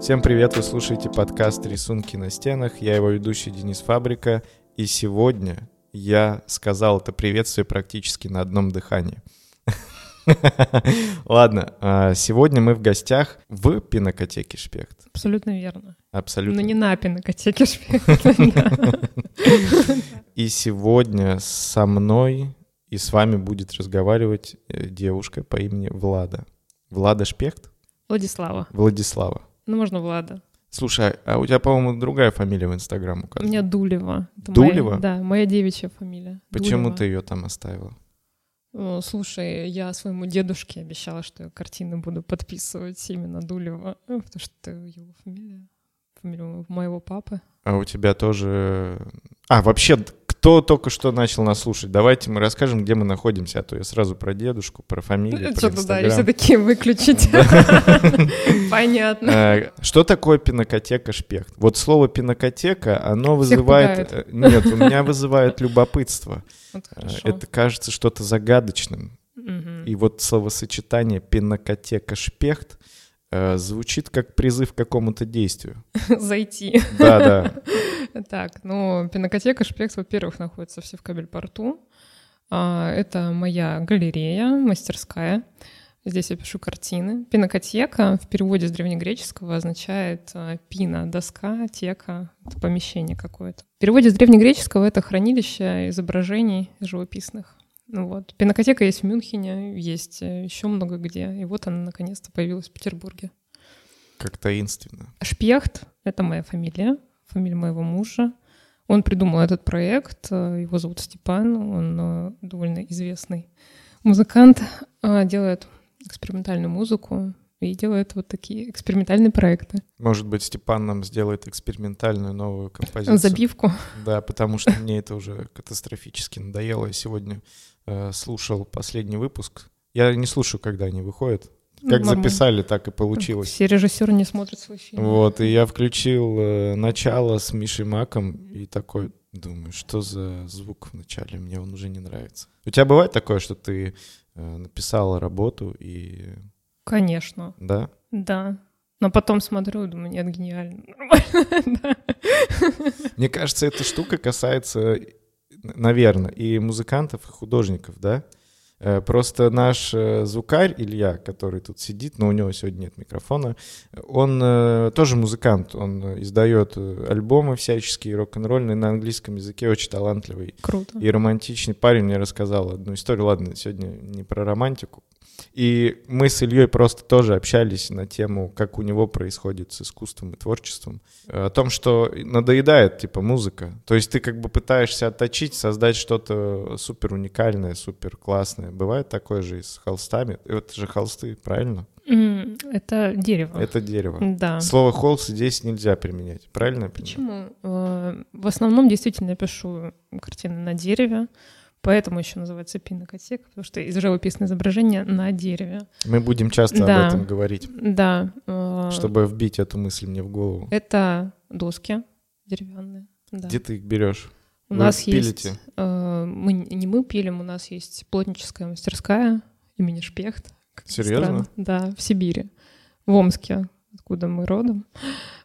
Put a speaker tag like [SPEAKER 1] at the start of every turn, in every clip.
[SPEAKER 1] Всем привет, вы слушаете подкаст «Рисунки на стенах». Я его ведущий Денис Фабрика. И сегодня я сказал это приветствие практически на одном дыхании. Ладно, а, сегодня мы в гостях в пинокотеке «Шпект».
[SPEAKER 2] Абсолютно верно.
[SPEAKER 1] Абсолютно.
[SPEAKER 2] Но Ну, не на а пинокотеке «Шпект».
[SPEAKER 1] И сегодня со мной и с вами будет разговаривать э, девушка по имени Влада. Влада Шпект?
[SPEAKER 2] Владислава.
[SPEAKER 1] Владислава.
[SPEAKER 2] Ну, можно Влада.
[SPEAKER 1] Слушай, а у тебя, по-моему, другая фамилия в Инстаграм
[SPEAKER 2] У
[SPEAKER 1] указана.
[SPEAKER 2] меня Дулева. Это
[SPEAKER 1] Дулева?
[SPEAKER 2] моя- да, моя девичья фамилия.
[SPEAKER 1] Почему
[SPEAKER 2] Дулева.
[SPEAKER 1] ты ее там оставила?
[SPEAKER 2] О, Слушай, я своему дедушке обещала, что я картины буду подписывать именно Дулева, ну, потому что это его фамилия, фамилия моего папы.
[SPEAKER 1] А у тебя тоже... А, вообще, кто только что начал нас слушать, давайте мы расскажем, где мы находимся, а то я сразу про дедушку, про фамилию, про
[SPEAKER 2] Ну, Что-то, да, и все
[SPEAKER 1] Инстаграм.
[SPEAKER 2] такие выключить. Понятно.
[SPEAKER 1] Э, Что такое пинокотека Шпект? Вот слово пинокотека, оно
[SPEAKER 2] Всех
[SPEAKER 1] вызывает... э, Нет, у меня вызывает любопытство.
[SPEAKER 2] Вот
[SPEAKER 1] Э,
[SPEAKER 2] хорошо.
[SPEAKER 1] Это кажется что-то загадочным.
[SPEAKER 2] Мгм.
[SPEAKER 1] И вот словосочетание пинокотека Шпехт э, звучит как призыв к какому-то действию.
[SPEAKER 2] Зайти.
[SPEAKER 1] Да, да.
[SPEAKER 2] Так, ну, пинокотека Шпекс, во-первых, находится все в Кабель-порту. А, Это моя галерея, мастерская. Здесь я пишу картины. Пинокотека в переводе с древнегреческого означает а, пина, доска, тека, это помещение какое-то. В переводе с древнегреческого это хранилище изображений живописных. Ну Вот. Пинокотека есть в Мюнхене, есть еще много где. И вот она наконец-то появилась в Петербурге.
[SPEAKER 1] Как таинственно.
[SPEAKER 2] Шпехт — это моя фамилия, фамилия моего мужа. Он придумал этот проект, э, его зовут Степан, он э, довольно известный музыкант, э, делает экспериментальную музыку и делает вот такие экспериментальные проекты.
[SPEAKER 1] Может быть, Степан нам сделает экспериментальную новую композицию.
[SPEAKER 2] Забивку.
[SPEAKER 1] Да, потому что мне это уже катастрофически надоело. Я сегодня э, слушал последний выпуск. Я не слушаю, когда они выходят. Как
[SPEAKER 2] Ну, Нормально.
[SPEAKER 1] записали, так и получилось.
[SPEAKER 2] Все режиссеры не смотрят свой фильм.
[SPEAKER 1] Вот, и я включил э, начало с Мишей Маком и такой думаю, что за звук в начале, мне он уже не нравится. У тебя бывает такое, что ты э, написала работу и...
[SPEAKER 2] Конечно,
[SPEAKER 1] Да?
[SPEAKER 2] да. Но потом смотрю и думаю, нет, гениально. Да.
[SPEAKER 1] Мне кажется, эта штука касается, наверное, и музыкантов, и художников, да? Э, Просто наш э, звукарь Илья, который тут сидит, но у него сегодня нет микрофона, он э, тоже музыкант, он э, издает э, альбомы всяческие, рок-н-ролльные на английском языке, очень талантливый
[SPEAKER 2] Круто.
[SPEAKER 1] И романтичный парень мне рассказал одну историю. Ладно, сегодня не про романтику. И мы с Ильей просто тоже общались на тему, как у него происходит с искусством и творчеством. Э, О том, что надоедает, типа, музыка. То есть ты как бы пытаешься отточить, создать что-то супер уникальное, супер классное. Бывает такое же и с холстами. И вот же холсты, правильно?
[SPEAKER 2] М, Это дерево.
[SPEAKER 1] Это дерево.
[SPEAKER 2] Да.
[SPEAKER 1] Слово холст здесь нельзя применять, правильно? я понимаю?
[SPEAKER 2] Почему? Э, В основном действительно я пишу картины на дереве, поэтому еще называется пинокотека, потому что из живописное изображение на дереве.
[SPEAKER 1] Мы будем часто
[SPEAKER 2] Да.
[SPEAKER 1] об этом говорить,
[SPEAKER 2] Да. э,
[SPEAKER 1] чтобы вбить эту мысль мне в голову.
[SPEAKER 2] Это доски деревянные. Да.
[SPEAKER 1] Где ты их берешь?
[SPEAKER 2] У
[SPEAKER 1] Вы
[SPEAKER 2] нас
[SPEAKER 1] их пилите?
[SPEAKER 2] есть. э, Мы н- не мы пилим, у нас есть плотническая мастерская имени Шпехт. как ни
[SPEAKER 1] Серьезно?
[SPEAKER 2] странно. Да, в Сибири, в Омске, откуда мы родом.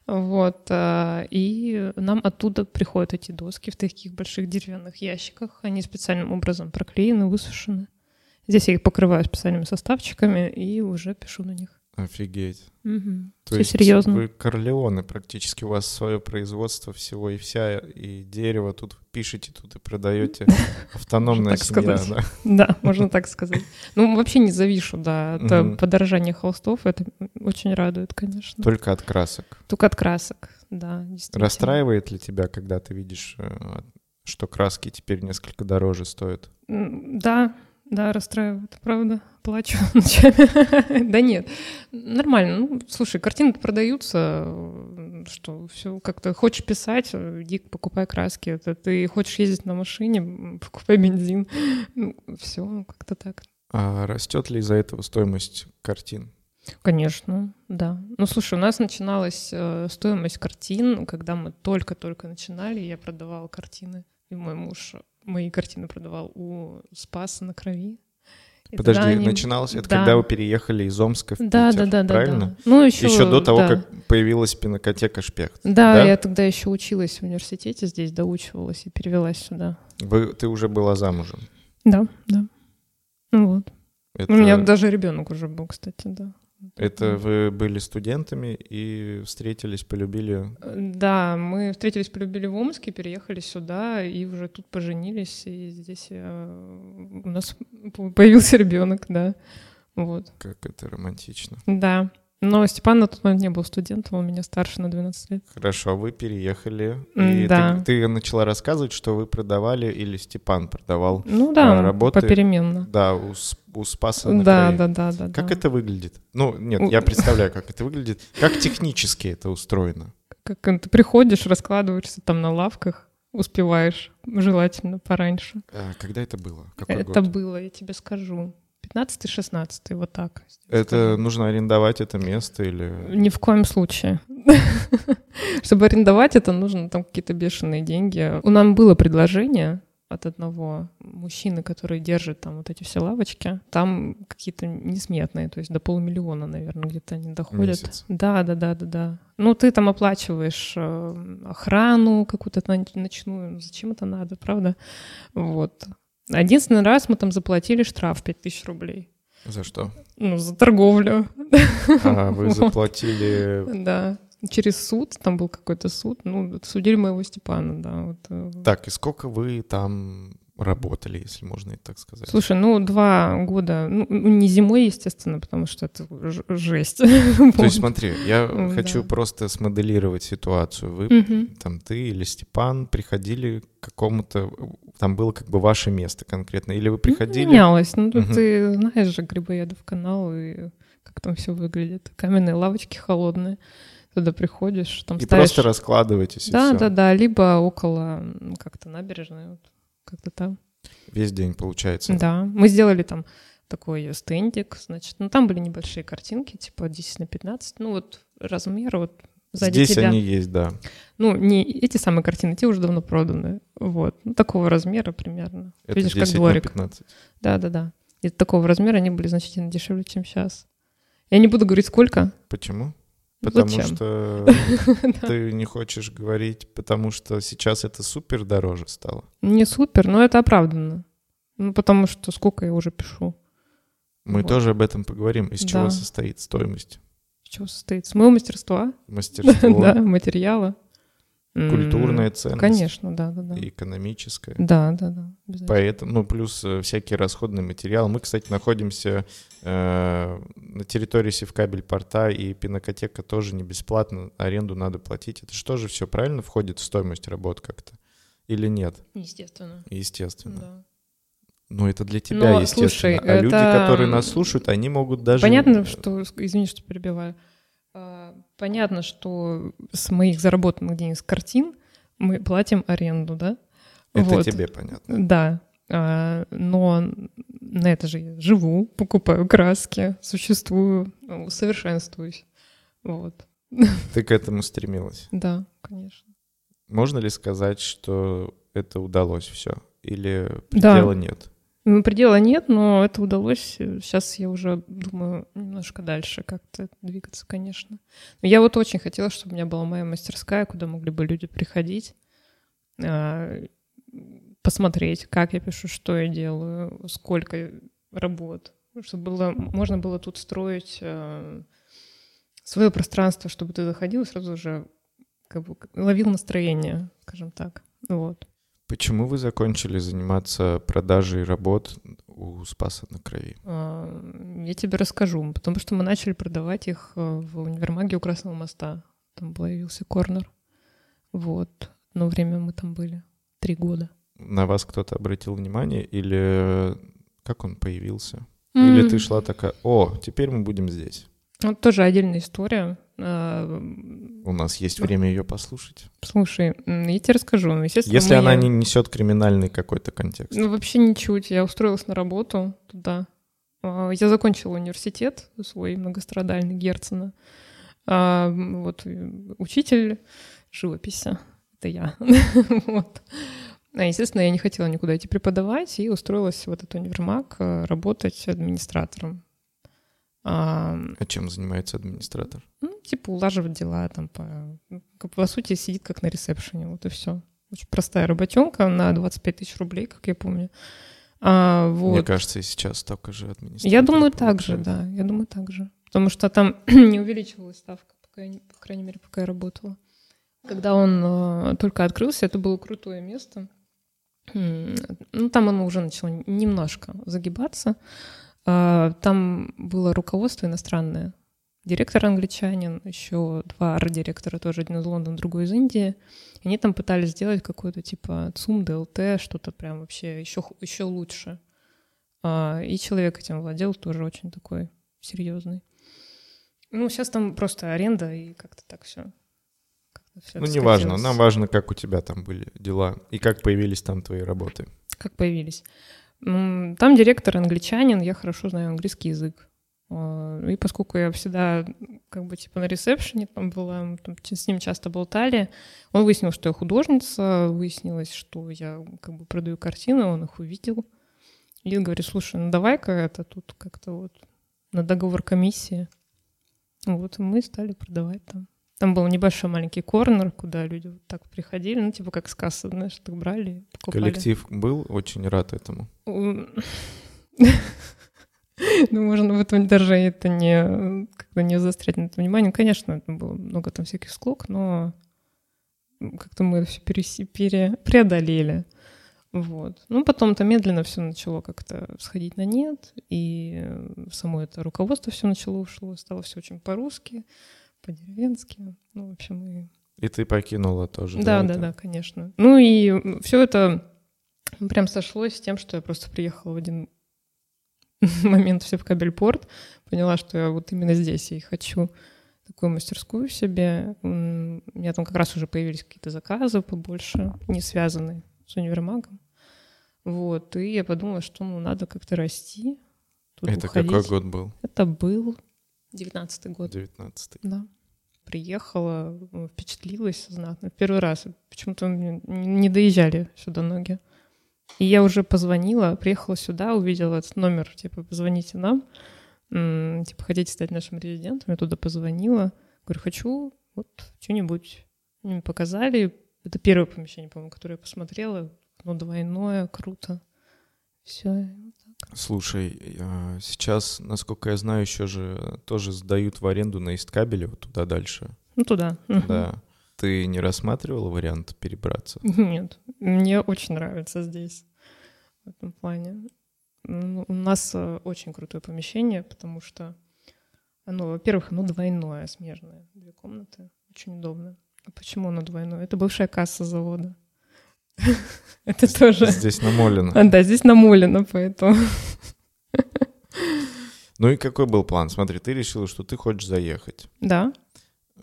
[SPEAKER 2] Вот. а, И нам оттуда приходят эти доски в таких больших деревянных ящиках. Они специальным образом проклеены, высушены. Здесь я их покрываю специальными составчиками и уже пишу на них.
[SPEAKER 1] Офигеть.
[SPEAKER 2] Мгм.
[SPEAKER 1] То
[SPEAKER 2] Всё
[SPEAKER 1] есть
[SPEAKER 2] серьезно.
[SPEAKER 1] вы корлеоны практически, у вас свое производство всего и вся, и дерево тут пишете, тут и продаете. Автономная
[SPEAKER 2] так
[SPEAKER 1] семья,
[SPEAKER 2] сказать.
[SPEAKER 1] да.
[SPEAKER 2] Да, можно так сказать. Ну, вообще не завишу, да, от э,
[SPEAKER 1] Мгм.
[SPEAKER 2] подорожания холстов. Это очень радует, конечно.
[SPEAKER 1] Только от красок.
[SPEAKER 2] Только от красок, да, действительно.
[SPEAKER 1] Расстраивает ли тебя, когда ты видишь, э, что краски теперь несколько дороже стоят?
[SPEAKER 2] М, Да, да, расстраивает, правда. Плачу ночами. Да нет, нормально. Ну, слушай, картины продаются, э, что все как-то хочешь писать, э, иди покупай краски. Это ты хочешь ездить на машине, м, покупай бензин. все как-то так.
[SPEAKER 1] А растет ли из-за этого стоимость картин?
[SPEAKER 2] Конечно, да. Ну, слушай, у нас начиналась э, стоимость картин, когда мы только-только начинали, я продавала картины, и мой муж мои картины продавал у Спаса на крови.
[SPEAKER 1] Подожди,
[SPEAKER 2] изданий.
[SPEAKER 1] начиналось это,
[SPEAKER 2] Да.
[SPEAKER 1] когда вы переехали из Омска в
[SPEAKER 2] Да, да,
[SPEAKER 1] Питер,
[SPEAKER 2] да, да,
[SPEAKER 1] правильно?
[SPEAKER 2] да. Ну, еще,
[SPEAKER 1] Еще до того,
[SPEAKER 2] да.
[SPEAKER 1] как появилась пинокотека Шпехт.
[SPEAKER 2] Да,
[SPEAKER 1] да?
[SPEAKER 2] я тогда еще училась в университете, здесь доучивалась и перевелась сюда.
[SPEAKER 1] Вы- ты уже была замужем.
[SPEAKER 2] Да, да. Ну вот.
[SPEAKER 1] Это,
[SPEAKER 2] У меня даже ребенок уже был, кстати, да.
[SPEAKER 1] это вы были студентами и встретились, полюбили.
[SPEAKER 2] Да, мы встретились, полюбили в Омске, переехали сюда и уже тут поженились, и здесь э, у нас п- появился ребенок, да. Вот.
[SPEAKER 1] Как это романтично.
[SPEAKER 2] Да. Но Степан на тот момент не был студентом, он меня старше на 12 лет.
[SPEAKER 1] Хорошо, вы переехали.
[SPEAKER 2] М,
[SPEAKER 1] И
[SPEAKER 2] да.
[SPEAKER 1] ты, ты начала рассказывать, что вы продавали или Степан продавал.
[SPEAKER 2] Ну
[SPEAKER 1] А,
[SPEAKER 2] да,
[SPEAKER 1] работает?
[SPEAKER 2] попеременно.
[SPEAKER 1] Да, у, С- у Спаса на
[SPEAKER 2] Да,
[SPEAKER 1] Троих.
[SPEAKER 2] да, да, да.
[SPEAKER 1] Как
[SPEAKER 2] да.
[SPEAKER 1] это выглядит? Ну, нет,
[SPEAKER 2] У-
[SPEAKER 1] я представляю, как это выглядит. Как технически это устроено?
[SPEAKER 2] Как э, ты приходишь, раскладываешься там на лавках, успеваешь, желательно пораньше.
[SPEAKER 1] А, Когда это было? Какой
[SPEAKER 2] это
[SPEAKER 1] год?
[SPEAKER 2] было, я тебе скажу. 15-16, вот так.
[SPEAKER 1] Это нужно арендовать это место или...
[SPEAKER 2] Ни в коем случае. Чтобы арендовать это, нужно там какие-то бешеные деньги. У нам было предложение от одного мужчины, который держит там вот эти все лавочки. Там какие-то несметные, то есть до полумиллиона, наверное, где-то они доходят.
[SPEAKER 1] Месяц.
[SPEAKER 2] Да, да, да, да, да. Ну, ты там оплачиваешь э, охрану какую-то на- ночную. Зачем это надо, правда? Вот. Единственный раз мы там заплатили штраф 5000 рублей.
[SPEAKER 1] За что?
[SPEAKER 2] Ну, за торговлю.
[SPEAKER 1] А, вы
[SPEAKER 2] Вот.
[SPEAKER 1] заплатили...
[SPEAKER 2] Да, через суд, там был какой-то суд, ну, судили моего Степана, да. вот, э.
[SPEAKER 1] Так, и сколько вы там работали, если можно и так сказать?
[SPEAKER 2] Слушай, ну, два года, ну, ну, не зимой, естественно, потому что это ж- жесть.
[SPEAKER 1] То есть смотри, я
[SPEAKER 2] М,
[SPEAKER 1] хочу
[SPEAKER 2] да.
[SPEAKER 1] просто смоделировать ситуацию. Вы
[SPEAKER 2] Мгм.
[SPEAKER 1] там ты или Степан приходили к какому-то, там было как бы ваше место конкретно, или вы приходили,
[SPEAKER 2] Менялось, ну,
[SPEAKER 1] Мгм.
[SPEAKER 2] ты знаешь же Грибоедов канал и как там все выглядит. Каменные лавочки холодные, туда приходишь, там
[SPEAKER 1] и
[SPEAKER 2] ставишь...
[SPEAKER 1] просто раскладываетесь, и
[SPEAKER 2] Да,
[SPEAKER 1] всё.
[SPEAKER 2] да, да, либо около м, как-то набережной, вот, как-то там.
[SPEAKER 1] весь день получается.
[SPEAKER 2] Да, мы сделали там такой стендик, значит, ну там были небольшие картинки, типа 10 на 15, ну вот размер вот сзади
[SPEAKER 1] Здесь
[SPEAKER 2] тебя.
[SPEAKER 1] они есть, да.
[SPEAKER 2] Ну, не эти самые картины, те уже давно проданы, вот, ну, такого размера примерно.
[SPEAKER 1] Это
[SPEAKER 2] Видишь,
[SPEAKER 1] 10
[SPEAKER 2] как дворик.
[SPEAKER 1] на 15.
[SPEAKER 2] Да-да-да. И такого размера они были значительно дешевле, чем сейчас. Я не буду говорить, сколько.
[SPEAKER 1] Почему?
[SPEAKER 2] Ну,
[SPEAKER 1] Потому
[SPEAKER 2] зачем?
[SPEAKER 1] что ты не хочешь говорить, потому что сейчас это супер дороже стало.
[SPEAKER 2] Не супер, но это оправданно. Ну, потому что сколько я уже пишу.
[SPEAKER 1] Мы
[SPEAKER 2] Вот.
[SPEAKER 1] тоже об этом поговорим. Из чего
[SPEAKER 2] Да.
[SPEAKER 1] состоит стоимость?
[SPEAKER 2] Из чего состоит? С моего мастерства, да,
[SPEAKER 1] Мастерство,
[SPEAKER 2] материала. М,
[SPEAKER 1] культурная ценность
[SPEAKER 2] Конечно, да-да-да.
[SPEAKER 1] и экономическая.
[SPEAKER 2] Да, да, да. обязательно.
[SPEAKER 1] Поэтому, ну, плюс э, всякие расходные материалы. Мы, кстати, находимся э, на территории Севкабель порта, и пинокотека тоже не бесплатно, аренду надо платить. Это что же все правильно входит в стоимость работ как-то? Или нет?
[SPEAKER 2] Естественно.
[SPEAKER 1] Естественно.
[SPEAKER 2] да.
[SPEAKER 1] Ну, это для тебя,
[SPEAKER 2] Но,
[SPEAKER 1] естественно.
[SPEAKER 2] слушай,
[SPEAKER 1] а люди,
[SPEAKER 2] это,
[SPEAKER 1] которые нас
[SPEAKER 2] м,
[SPEAKER 1] слушают, они могут даже...
[SPEAKER 2] Понятно, что, с- извини, что перебиваю. А, Понятно, что с моих заработанных денег с картин мы платим аренду, да?
[SPEAKER 1] Это
[SPEAKER 2] Вот.
[SPEAKER 1] тебе понятно.
[SPEAKER 2] Да. А, Но на это же я живу, покупаю краски, существую, ну, совершенствуюсь. Вот.
[SPEAKER 1] Ты к этому стремилась.
[SPEAKER 2] Да, конечно.
[SPEAKER 1] Можно ли сказать, что это удалось все? Или
[SPEAKER 2] Да.
[SPEAKER 1] предела нет?
[SPEAKER 2] Ну, предела нет, но это удалось. Сейчас я уже думаю немножко дальше как-то двигаться, конечно. Но я вот очень хотела, чтобы у меня была моя мастерская, куда могли бы люди приходить, а, посмотреть, как я пишу, что я делаю, сколько работ, чтобы было, можно было тут строить а, свое пространство, чтобы ты заходил и сразу же как бы ловил настроение, скажем так. Вот.
[SPEAKER 1] Почему вы закончили заниматься продажей работ у Спаса на Крови?
[SPEAKER 2] А, Я тебе расскажу, потому что мы начали продавать их э, в универмаге у Красного моста. Там появился корнер. Вот. Одно время мы там были. Три года.
[SPEAKER 1] На вас кто-то обратил внимание или как он появился? Или ты
[SPEAKER 2] М.
[SPEAKER 1] шла такая, о, теперь мы будем здесь.
[SPEAKER 2] Вот тоже отдельная история. А,
[SPEAKER 1] У нас есть время ее послушать.
[SPEAKER 2] Слушай, м, я тебе расскажу. Ну, Естественно,
[SPEAKER 1] Если
[SPEAKER 2] мы-
[SPEAKER 1] она не несет криминальный какой-то контекст.
[SPEAKER 2] Ну, вообще ничуть. Я устроилась на работу туда. А, Я закончила университет свой многострадальный Герцена. А, м, Вот э, учитель живописи. Это я. Вот. А, естественно, я не хотела никуда идти преподавать и устроилась в этот универмаг э, работать администратором. А,
[SPEAKER 1] А чем занимается администратор?
[SPEAKER 2] ну, типа улаживать дела там по... ну, как По сути, сидит как на ресепшене, вот и все. Очень простая работенка на 25 тысяч рублей, как я помню. А, вот.
[SPEAKER 1] Мне кажется, и сейчас столько же администратор.
[SPEAKER 2] Я думаю, так же, да. Я думаю, так же. Потому что там не увеличивалась ставка, пока я не- по крайней мере, пока я работала. Когда он э, только открылся, это было крутое место. М, Ну, там оно уже начало немножко загибаться. А, Там было руководство иностранное. Директор англичанин, еще два арт-директора, тоже один из Лондона, другой из Индии. И они там пытались сделать какое-то типа ЦУМ, ДЛТ, что-то прям вообще еще, ху- еще лучше. А, И человек этим владел, тоже очень такой серьезный. Ну, сейчас там просто аренда и как-то так все.
[SPEAKER 1] Ну, неважно. Нам важно, как у тебя там были дела и как появились там твои работы.
[SPEAKER 2] как появились. М, Там директор англичанин, я хорошо знаю английский язык. А, И поскольку я всегда как бы типа на ресепшене там была, мы там ч- с ним часто болтали, он выяснил, что я художница, выяснилось, что я как бы продаю картины, он их увидел. И говорит, слушай, ну давай-ка это тут как-то вот на договор комиссии. Вот и мы стали продавать там. Там был небольшой маленький корнер, куда люди вот так приходили, ну типа как с кассы, знаешь, так брали и покупали.
[SPEAKER 1] Коллектив был очень рад этому.
[SPEAKER 2] Ну, можно в этом даже это не как-то не заострять на это внимание. Конечно, там было много там всяких склок, но как-то мы это все преодолели. Вот. Ну, потом-то медленно все начало как-то сходить на нет, и э, само это руководство все начало ушло, стало все очень по-русски, по-деревенски. Ну, в общем, и
[SPEAKER 1] И ты покинула тоже.
[SPEAKER 2] да, да,
[SPEAKER 1] это?
[SPEAKER 2] да, конечно. Ну и все это прям сошлось с тем, что я просто приехала в один момент все в Кабельпорт, поняла, что я вот именно здесь и хочу такую мастерскую себе. М, У меня там как раз уже появились какие-то заказы побольше, не связанные с универмагом. Вот, и я подумала, что ну, надо как-то расти. тут
[SPEAKER 1] Это
[SPEAKER 2] уходить.
[SPEAKER 1] какой год был?
[SPEAKER 2] Это был девятнадцатый год.
[SPEAKER 1] 19
[SPEAKER 2] Да. Приехала, м, впечатлилась знатно. В Первый раз. Почему-то мне не доезжали сюда ноги. И я уже позвонила, приехала сюда, увидела этот номер, типа, позвоните нам, М, типа, хотите стать нашим резидентом? Я туда позвонила, говорю, хочу вот что-нибудь. Они мне показали. Это первое помещение, по-моему, которое я посмотрела. Ну, двойное, круто. Все.
[SPEAKER 1] Слушай, а, сейчас, насколько я знаю, еще же тоже сдают в аренду на Исткабеле вот туда дальше.
[SPEAKER 2] Ну, туда.
[SPEAKER 1] Да. Ты не рассматривала вариант перебраться?
[SPEAKER 2] Нет, мне очень нравится здесь, в этом плане. М, У нас э, очень крутое помещение, потому что оно, во-первых, оно двойное, смежное, две комнаты, очень удобно. А почему оно двойное? Это бывшая касса завода. Это тоже...
[SPEAKER 1] Здесь намолено.
[SPEAKER 2] А, да, здесь намолено, поэтому...
[SPEAKER 1] Ну и какой был план? Смотри, ты решила, что ты хочешь заехать.
[SPEAKER 2] Да,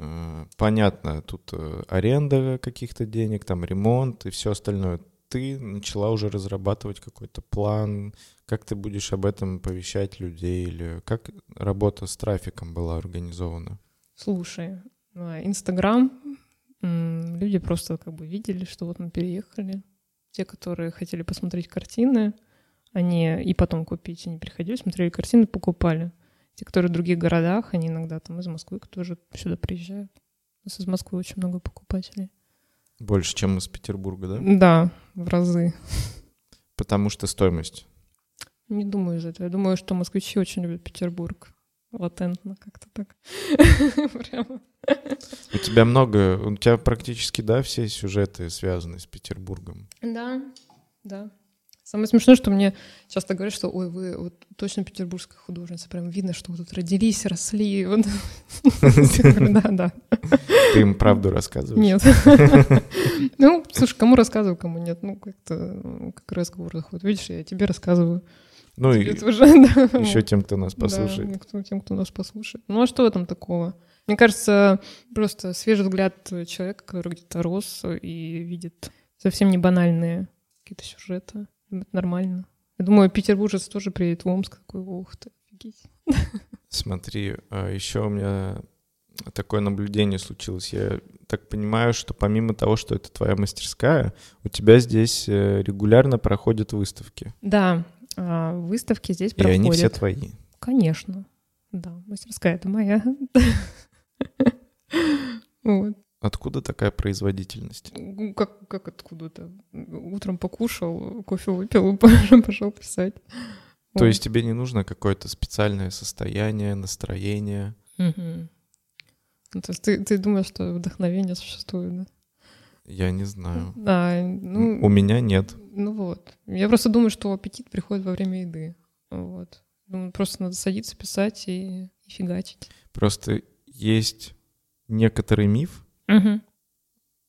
[SPEAKER 1] Э, Понятно, тут э, аренда каких-то денег, там ремонт и все остальное. Ты начала уже разрабатывать какой-то план, как ты будешь об этом повещать людей, или как работа с трафиком была организована?
[SPEAKER 2] слушай, а, Инстаграм, м, люди просто как бы видели, что вот мы переехали. Те, которые хотели посмотреть картины, они и потом купить, они приходили, смотрели картины, покупали. Те, которые в других городах, они иногда там из Москвы тоже сюда приезжают. У нас из Москвы очень много покупателей.
[SPEAKER 1] Больше, чем из Петербурга, да?
[SPEAKER 2] Да, в разы.
[SPEAKER 1] Потому что стоимость.
[SPEAKER 2] Не думаю из этого. Я думаю, что москвичи очень любят Петербург. Латентно как-то так. Прямо.
[SPEAKER 1] У тебя много, у тебя практически, да, все сюжеты связаны с Петербургом.
[SPEAKER 2] Да, да. Самое смешное, что мне часто говорят, что ой, вы вот точно петербургская художница, прям видно, что вы тут родились, росли. Вот. Я говорю, Да, да.
[SPEAKER 1] Ты им правду рассказываешь?
[SPEAKER 2] Нет. Ну, слушай, кому рассказываю, кому нет. Ну, как-то м, как разговор заходит. Видишь, я тебе рассказываю.
[SPEAKER 1] Ну и
[SPEAKER 2] Это уже, да.
[SPEAKER 1] еще тем, кто нас
[SPEAKER 2] Да,
[SPEAKER 1] послушает.
[SPEAKER 2] ну, кто- тем, кто нас послушает. Ну а что в этом такого? Мне кажется, просто свежий взгляд человека, который где-то рос и видит совсем не банальные какие-то сюжеты. Это нормально. Я думаю, петербуржец тоже приедет в Омск, такой, ух ты, офигеть.
[SPEAKER 1] Смотри, еще у а, меня такое наблюдение случилось. Я так понимаю, что помимо того, что это твоя мастерская, у тебя здесь э, регулярно проходят выставки.
[SPEAKER 2] Да, а выставки здесь
[SPEAKER 1] И
[SPEAKER 2] проходят.
[SPEAKER 1] они все твои.
[SPEAKER 2] Конечно, да, мастерская это моя. Вот.
[SPEAKER 1] Откуда такая производительность?
[SPEAKER 2] Ну, Как, как откуда-то? Утром покушал, кофе выпил, пошел пошел писать.
[SPEAKER 1] То
[SPEAKER 2] Вот.
[SPEAKER 1] есть тебе не нужно какое-то специальное состояние, настроение.
[SPEAKER 2] Мгм. Ну, то есть ты, ты думаешь, что вдохновение существует, да?
[SPEAKER 1] Я не знаю.
[SPEAKER 2] Да,
[SPEAKER 1] М,
[SPEAKER 2] ну,
[SPEAKER 1] У меня нет.
[SPEAKER 2] ну вот. Я просто думаю, что аппетит приходит во время еды. Вот. Ну, просто надо садиться, писать и, и фигачить.
[SPEAKER 1] Просто есть некоторый миф
[SPEAKER 2] Угу.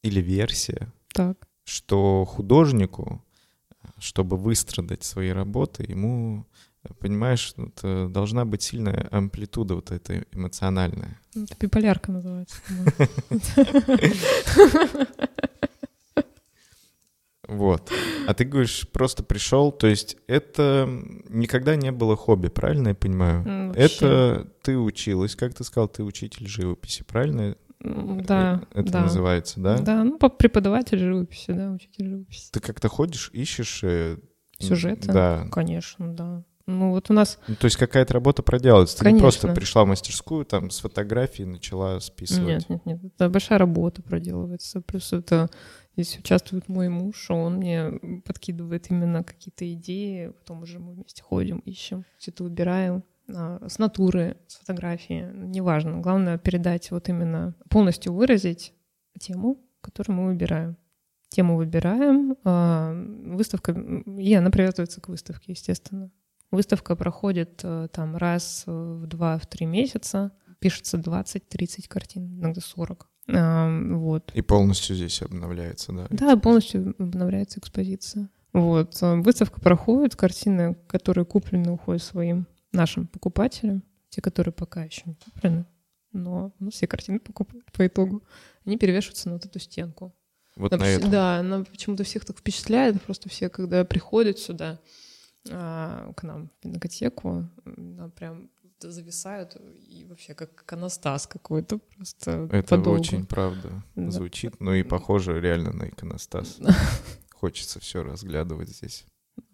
[SPEAKER 1] или версия,
[SPEAKER 2] Так.
[SPEAKER 1] что художнику, чтобы выстрадать свои работы, ему, понимаешь, ну, это должна быть сильная амплитуда вот эта эмоциональная.
[SPEAKER 2] Ну, Это биполярка называется.
[SPEAKER 1] Вот. А ты говоришь, просто пришел, то есть это никогда не было хобби, правильно я понимаю?
[SPEAKER 2] М, Ну, вообще.
[SPEAKER 1] Это ты училась, как ты сказал, ты учитель живописи, правильно?
[SPEAKER 2] М, Ну, Да,
[SPEAKER 1] э, Это
[SPEAKER 2] да.
[SPEAKER 1] называется, да?
[SPEAKER 2] Да, ну, по- преподаватель живописи, да, учитель живописи.
[SPEAKER 1] Ты как-то ходишь, ищешь... э,
[SPEAKER 2] Сюжеты?
[SPEAKER 1] Да.
[SPEAKER 2] Конечно, да. Ну, вот у нас
[SPEAKER 1] Ну, то есть какая-то работа проделалась. Ты не
[SPEAKER 2] Конечно.
[SPEAKER 1] просто пришла в мастерскую, там, с фотографии начала списывать.
[SPEAKER 2] Нет, нет, нет. Это большая работа проделывается. Плюс это здесь участвует мой муж, он мне подкидывает именно какие-то идеи, потом уже мы вместе ходим, ищем, все это выбираем А, с натуры, с фотографии, неважно. Главное передать вот именно, полностью выразить тему, которую мы выбираем. Тему выбираем, а, выставка, м, и она привязывается к выставке, естественно. Выставка проходит э, там раз э, в два, в три месяца, пишется 20-30 картин, иногда 40. Ам, Вот.
[SPEAKER 1] И полностью здесь обновляется, да?
[SPEAKER 2] Да, полностью обновляется экспозиция. Вот. а, Выставка проходит, картины, которые куплены, уходят своим нашим покупателям, те, которые пока еще не куплены, но ну, все картины покупают по итогу, они перевешиваются на вот эту стенку.
[SPEAKER 1] Вот
[SPEAKER 2] Она
[SPEAKER 1] на
[SPEAKER 2] пс-
[SPEAKER 1] этом.
[SPEAKER 2] Да, она почему-то всех так впечатляет, просто все, когда приходят сюда, а, к нам в пинокотеку, она прям зависают и вообще как, как анастас какой-то просто
[SPEAKER 1] Это
[SPEAKER 2] подолгу.
[SPEAKER 1] очень правда
[SPEAKER 2] Да.
[SPEAKER 1] звучит. Ну и похоже реально на иконостас. Хочется все разглядывать здесь.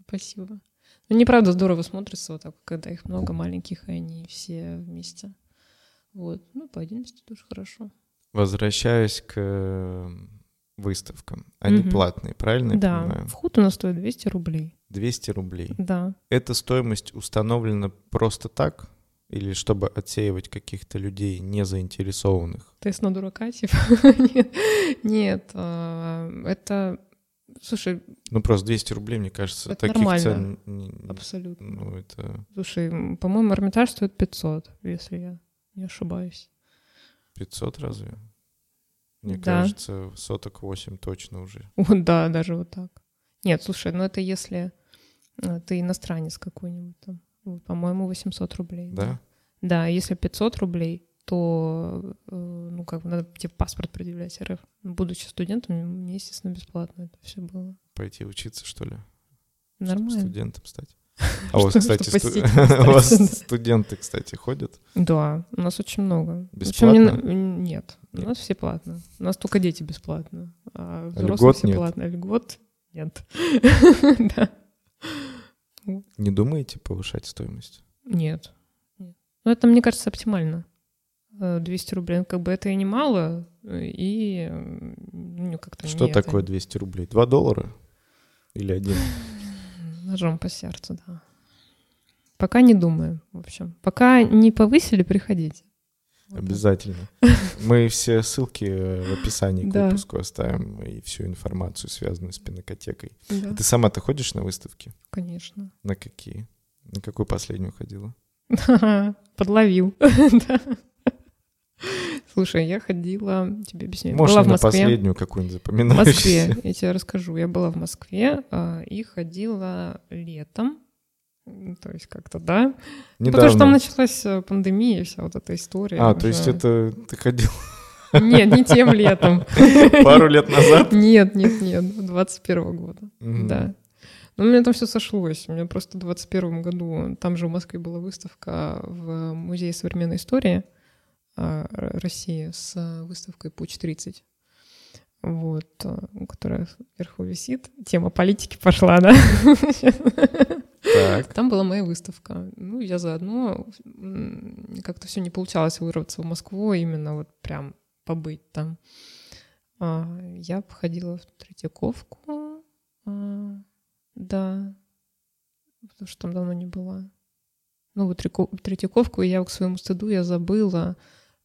[SPEAKER 2] Спасибо. Ну, неправда здорово смотрится вот так, когда их много маленьких, и они все вместе. Вот. Ну, по отдельности тоже хорошо.
[SPEAKER 1] Возвращаясь к э, выставкам. Они
[SPEAKER 2] Мгм.
[SPEAKER 1] платные, правильно я
[SPEAKER 2] да,
[SPEAKER 1] понимаю?
[SPEAKER 2] вход у нас стоит 200 рублей.
[SPEAKER 1] 200 рублей.
[SPEAKER 2] Да.
[SPEAKER 1] Эта стоимость установлена просто так? Или чтобы отсеивать каких-то людей не заинтересованных?
[SPEAKER 2] Тест на дурака, типа? Нет. Нет. а, Это... Слушай,
[SPEAKER 1] Ну, просто 200 рублей, мне кажется,
[SPEAKER 2] Это
[SPEAKER 1] таких
[SPEAKER 2] нормально.
[SPEAKER 1] цен... не- не-
[SPEAKER 2] абсолютно.
[SPEAKER 1] Ну, это
[SPEAKER 2] Слушай, м, по-моему, Эрмитаж стоит 500, если я не ошибаюсь.
[SPEAKER 1] 500 разве? Мне
[SPEAKER 2] Да.
[SPEAKER 1] кажется, соток 8 точно уже.
[SPEAKER 2] Вот, да, даже вот так. Нет, слушай, ну это если э, ты иностранец какой-нибудь там. Вот, По-моему, 800 рублей.
[SPEAKER 1] Да?
[SPEAKER 2] Да, если 500 рублей, то, э, ну, как бы надо тебе паспорт предъявлять РФ. Будучи студентом, мне, естественно, бесплатно это все было.
[SPEAKER 1] Пойти учиться, что ли? Чтоб
[SPEAKER 2] Нормально.
[SPEAKER 1] Студентом стать. А у вас,
[SPEAKER 2] Что-
[SPEAKER 1] кстати,
[SPEAKER 2] чтоб
[SPEAKER 1] сту-
[SPEAKER 2] посетителем стать,
[SPEAKER 1] у вас
[SPEAKER 2] да.
[SPEAKER 1] студенты, кстати, ходят.
[SPEAKER 2] Да, у нас очень много.
[SPEAKER 1] Бесплатно?
[SPEAKER 2] Причём не на- нет, у нас все платно. У нас только дети бесплатно, а взрослые
[SPEAKER 1] льгот
[SPEAKER 2] все
[SPEAKER 1] нет?
[SPEAKER 2] платно. А льгот нет. Да.
[SPEAKER 1] Не думаете повышать стоимость?
[SPEAKER 2] Нет. Нет. Ну, это, мне кажется, оптимально. Э, 200 рублей, ну, как бы это и немало, э, и э, ну, как-то
[SPEAKER 1] Что
[SPEAKER 2] не это,
[SPEAKER 1] такое 200 рублей? 2 доллара? Или один?
[SPEAKER 2] Ножом по сердцу, да. Пока не думаем, в общем. Пока не повысили, приходите. Вот так.
[SPEAKER 1] Обязательно. Мы все ссылки э, в описании к
[SPEAKER 2] Да.
[SPEAKER 1] выпуску оставим и всю информацию, связанную с пинокотекой. А
[SPEAKER 2] Да,
[SPEAKER 1] Ты сама-то ходишь на выставки?
[SPEAKER 2] конечно.
[SPEAKER 1] На какие? На какую последнюю ходила?
[SPEAKER 2] Подловил. Да. Слушай, я ходила, тебе объясняю.
[SPEAKER 1] Можешь
[SPEAKER 2] была в
[SPEAKER 1] на
[SPEAKER 2] Москве.
[SPEAKER 1] последнюю какую-нибудь
[SPEAKER 2] В
[SPEAKER 1] запоминающуюся?
[SPEAKER 2] Москве, я тебе расскажу. Я была в Москве а, и ходила летом. Ну, То есть как-то, да. Ну, Потому что там
[SPEAKER 1] Недавно.
[SPEAKER 2] началась э, пандемия, вся вот эта история.
[SPEAKER 1] А,
[SPEAKER 2] уже.
[SPEAKER 1] то есть это ты ходил
[SPEAKER 2] Нет, не тем летом.
[SPEAKER 1] пару лет назад?
[SPEAKER 2] Нет, нет, нет, 21 года,
[SPEAKER 1] Мгм.
[SPEAKER 2] да. Но у меня там все сошлось. У меня просто в 21 году, там же в Москве была выставка в Музее современной истории, а, России с выставкой «Пуч-30», вот, э, которая вверху висит. Тема политики пошла, да?
[SPEAKER 1] Так.
[SPEAKER 2] Там была моя выставка. Ну, я заодно как-то все не получалось вырваться в Москву, именно вот прям побыть там. А, Я походила в Третьяковку, а, да, потому что там давно не была. Ну, вот Третьяковку я к своему стыду я забыла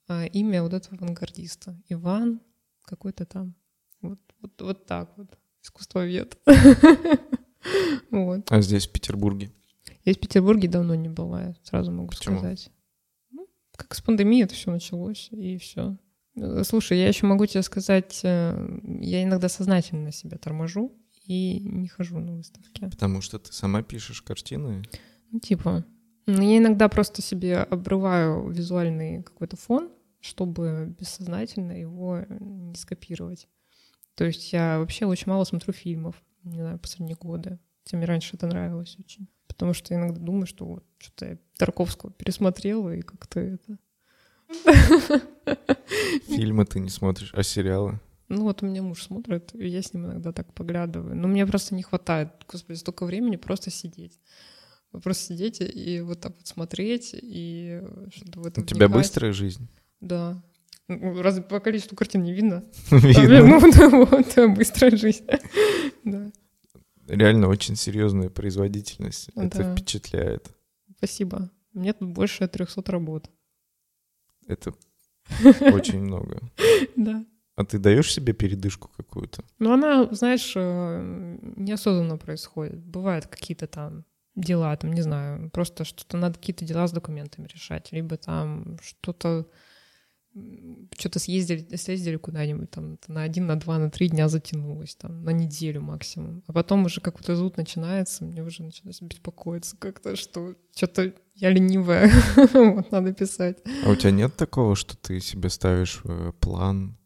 [SPEAKER 2] а, имя вот этого авангардиста. Иван какой-то там. Вот, вот, вот так вот. Искусствовед. Вот.
[SPEAKER 1] А здесь, в Петербурге?
[SPEAKER 2] Я в Петербурге давно не была, я сразу могу Почему? сказать. Ну, как с пандемией это все началось, и все. Слушай, я еще могу тебе сказать, э, я иногда сознательно себя торможу и не хожу на выставки.
[SPEAKER 1] Потому что ты сама пишешь картины?
[SPEAKER 2] Ну, типа. Ну, я иногда просто себе обрываю визуальный какой-то фон, чтобы бессознательно его не скопировать. То есть я вообще очень мало смотрю фильмов не знаю, последние годы. Хотя мне раньше это нравилось очень. Потому что я иногда думаю, что вот что-то я Тарковского пересмотрела, и как-то это...
[SPEAKER 1] Фильмы ты не смотришь, а сериалы?
[SPEAKER 2] Ну вот у меня муж смотрит, и я с ним иногда так поглядываю. Но мне просто не хватает, господи, столько времени просто сидеть. Просто сидеть и вот так вот смотреть, и что-то в этом
[SPEAKER 1] У тебя вникать. быстрая жизнь?
[SPEAKER 2] Да. Ну, Разве по количеству картин не видно?
[SPEAKER 1] Видно.
[SPEAKER 2] Ну, да, вот, быстрая жизнь. Да.
[SPEAKER 1] Реально очень серьезная производительность.
[SPEAKER 2] Ну Да.
[SPEAKER 1] Это впечатляет.
[SPEAKER 2] Спасибо. У меня тут больше 300 работ.
[SPEAKER 1] Это очень много.
[SPEAKER 2] Да.
[SPEAKER 1] А ты даешь себе передышку какую-то?
[SPEAKER 2] Ну, она, знаешь, э, неосознанно происходит. Бывают какие-то там дела, там, не знаю, просто что-то надо какие-то дела с документами решать, либо там что-то что-то съездили, съездили куда-нибудь там на один, на два, на три дня затянулось, там, на неделю максимум. А потом уже какой-то зуд начинается, мне уже начинается беспокоиться как-то, что что-то я ленивая, вот надо писать.
[SPEAKER 1] А у тебя нет такого, что ты себе ставишь э, план,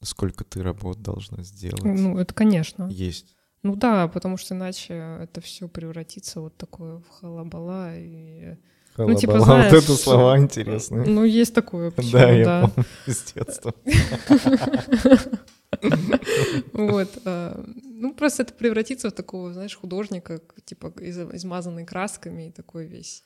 [SPEAKER 1] сколько ты работ должна сделать?
[SPEAKER 2] Ну, это, конечно.
[SPEAKER 1] Есть.
[SPEAKER 2] Ну да, потому что иначе это все превратится вот такое в халабала и
[SPEAKER 1] ну, типа, знаешь, вот это слова интересные.
[SPEAKER 2] Ну, есть такое. Почему,
[SPEAKER 1] да, я
[SPEAKER 2] да.
[SPEAKER 1] помню с детства.
[SPEAKER 2] Вот. Ну, просто это превратится в такого, знаешь, художника, типа, измазанный красками и такой весь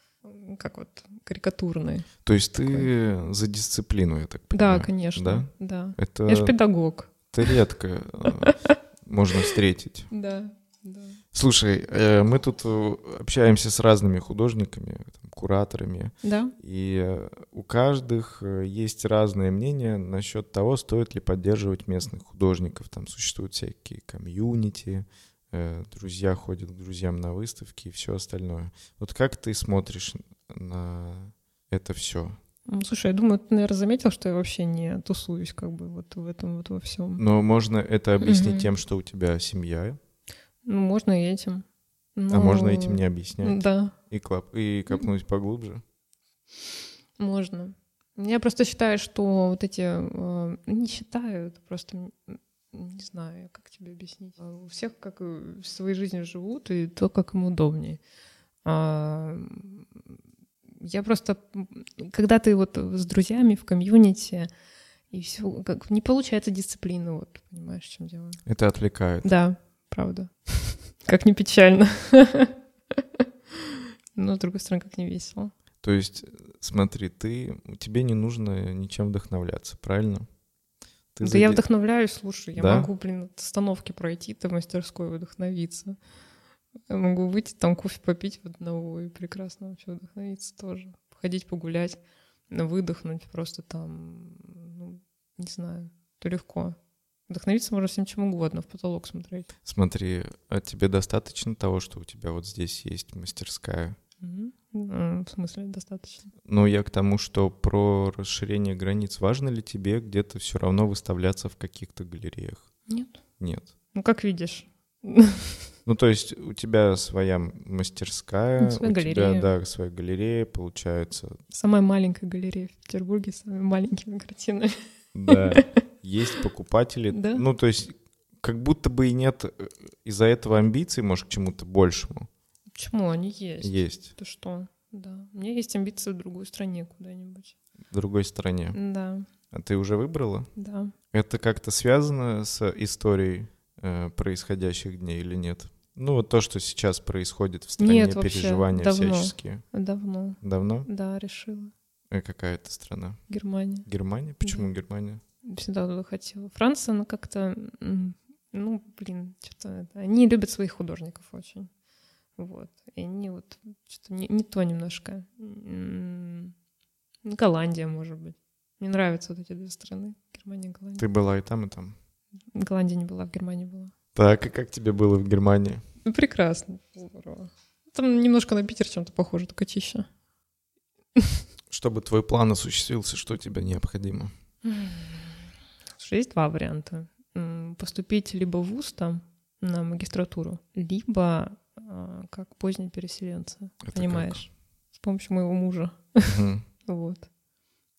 [SPEAKER 2] как вот карикатурный.
[SPEAKER 1] То есть ты за дисциплину, я так
[SPEAKER 2] понимаю? Да, конечно. Да?
[SPEAKER 1] да. Э, Это...
[SPEAKER 2] Я же педагог.
[SPEAKER 1] Это редко э, можно встретить.
[SPEAKER 2] Да, да.
[SPEAKER 1] Слушай, э, мы тут общаемся с разными художниками, там, кураторами,
[SPEAKER 2] да?
[SPEAKER 1] и у каждых э, есть разное мнение насчет того, стоит ли поддерживать местных художников. Там существуют всякие комьюнити, э, друзья ходят к друзьям на выставки и все остальное. Вот как ты смотришь на это все?
[SPEAKER 2] Слушай, я думаю, ты, наверное, заметил, что я вообще не тусуюсь как бы вот в этом вот во всем.
[SPEAKER 1] Но можно это объяснить mm-hmm. тем, что у тебя семья,
[SPEAKER 2] ну, можно и этим.
[SPEAKER 1] Но... А
[SPEAKER 2] Ну,
[SPEAKER 1] можно этим не объяснять?
[SPEAKER 2] Да.
[SPEAKER 1] И, клап... и копнуть поглубже?
[SPEAKER 2] Можно. Я просто считаю, что вот эти... э, ну, Не считаю, это просто... Не знаю, как тебе объяснить. Э, У всех как в своей жизни живут, и то, как им удобнее. Я просто... Когда ты вот с друзьями в комьюнити, и все, как не получается дисциплина, вот, понимаешь, в чем дело.
[SPEAKER 1] Это отвлекает.
[SPEAKER 2] Да, правда. Как не печально. Но, с другой стороны, как не весело.
[SPEAKER 1] То есть, смотри, ты, тебе не нужно ничем вдохновляться, правильно?
[SPEAKER 2] Ты да заде... я вдохновляюсь, слушай, я да? могу, блин, от остановки пройти, ты в мастерской вдохновиться. Я могу выйти, там кофе попить в одного и прекрасно вообще вдохновиться тоже. Походить погулять, выдохнуть просто там, ну, не знаю, это легко. Вдохновиться можно всем чем угодно, в потолок смотреть.
[SPEAKER 1] Смотри, а тебе достаточно того, что у тебя вот здесь есть мастерская?
[SPEAKER 2] Угу. В смысле, достаточно.
[SPEAKER 1] Ну, я к тому, что про расширение границ. Важно ли тебе где-то все равно выставляться в каких-то галереях?
[SPEAKER 2] Нет.
[SPEAKER 1] Нет.
[SPEAKER 2] Ну, как видишь.
[SPEAKER 1] Ну, то есть у тебя своя мастерская,
[SPEAKER 2] ну, своя
[SPEAKER 1] у
[SPEAKER 2] галерея.
[SPEAKER 1] тебя, да, своя галерея, получается.
[SPEAKER 2] Самая маленькая галерея в Петербурге с самыми маленькими картинами.
[SPEAKER 1] Да есть покупатели.
[SPEAKER 2] Да?
[SPEAKER 1] Ну, то есть, как будто бы и нет э, из-за этого амбиций, может, к чему-то большему.
[SPEAKER 2] Почему они есть?
[SPEAKER 1] Есть.
[SPEAKER 2] Ты что? Да. У меня есть амбиции в другую стране куда-нибудь.
[SPEAKER 1] другой
[SPEAKER 2] Ну.
[SPEAKER 1] стране.
[SPEAKER 2] Да,
[SPEAKER 1] А ты уже выбрала?
[SPEAKER 2] да.
[SPEAKER 1] Это как-то связано с историей э, происходящих дней или нет? Ну, вот то, что сейчас происходит в стране,
[SPEAKER 2] Нет, вообще,
[SPEAKER 1] переживания
[SPEAKER 2] давно.
[SPEAKER 1] всяческие.
[SPEAKER 2] Давно,
[SPEAKER 1] Давно?
[SPEAKER 2] да, решила.
[SPEAKER 1] Э, Какая это страна?
[SPEAKER 2] Германия.
[SPEAKER 1] Германия? Почему Германия?
[SPEAKER 2] Всегда туда хотела. Франция, она как-то... м, Ну, блин, что-то... Они любят своих художников очень. Вот. И они вот... Что-то не, не то немножко. М, Голландия, может быть. Мне нравятся вот эти две страны. Германия и Голландия.
[SPEAKER 1] Ты была и там, и там.
[SPEAKER 2] Голландия не была, в Германии была.
[SPEAKER 1] Так, и как тебе было в Германии?
[SPEAKER 2] Ну, прекрасно. Здорово. Там немножко на Питер чем-то похоже, только чище.
[SPEAKER 1] Чтобы твой план осуществился, что тебе необходимо?
[SPEAKER 2] Слушай, есть два варианта. М, Поступить либо в ВУЗ там на магистратуру, либо а, как поздние переселенцы,
[SPEAKER 1] Это
[SPEAKER 2] понимаешь? С помощью моего мужа.
[SPEAKER 1] как? Мгм.
[SPEAKER 2] Вот.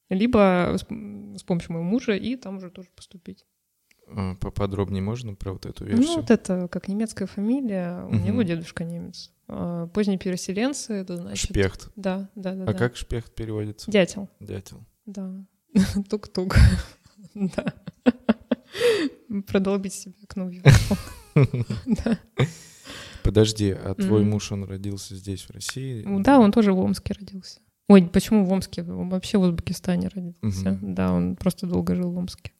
[SPEAKER 2] Либо с, м, с помощью моего мужа и там уже тоже поступить.
[SPEAKER 1] А, Поподробнее можно про вот эту
[SPEAKER 2] Ну,
[SPEAKER 1] версию?
[SPEAKER 2] вот это как немецкая фамилия. У
[SPEAKER 1] Мгм.
[SPEAKER 2] него дедушка немец. А, Поздние переселенцы, это значит...
[SPEAKER 1] Шпехт.
[SPEAKER 2] Да, да, да.
[SPEAKER 1] А
[SPEAKER 2] да.
[SPEAKER 1] как шпехт переводится?
[SPEAKER 2] Дятел.
[SPEAKER 1] Дятел.
[SPEAKER 2] Да. Тук-тук. Да. Продолбить себе окно в его. Да.
[SPEAKER 1] Подожди, а твой
[SPEAKER 2] Мгм.
[SPEAKER 1] муж, он родился здесь, в России?
[SPEAKER 2] Да, он тоже в Омске родился. Ой, почему в Омске? Он вообще в Узбекистане родился.
[SPEAKER 1] Мгм.
[SPEAKER 2] Да, он просто долго жил в Омске.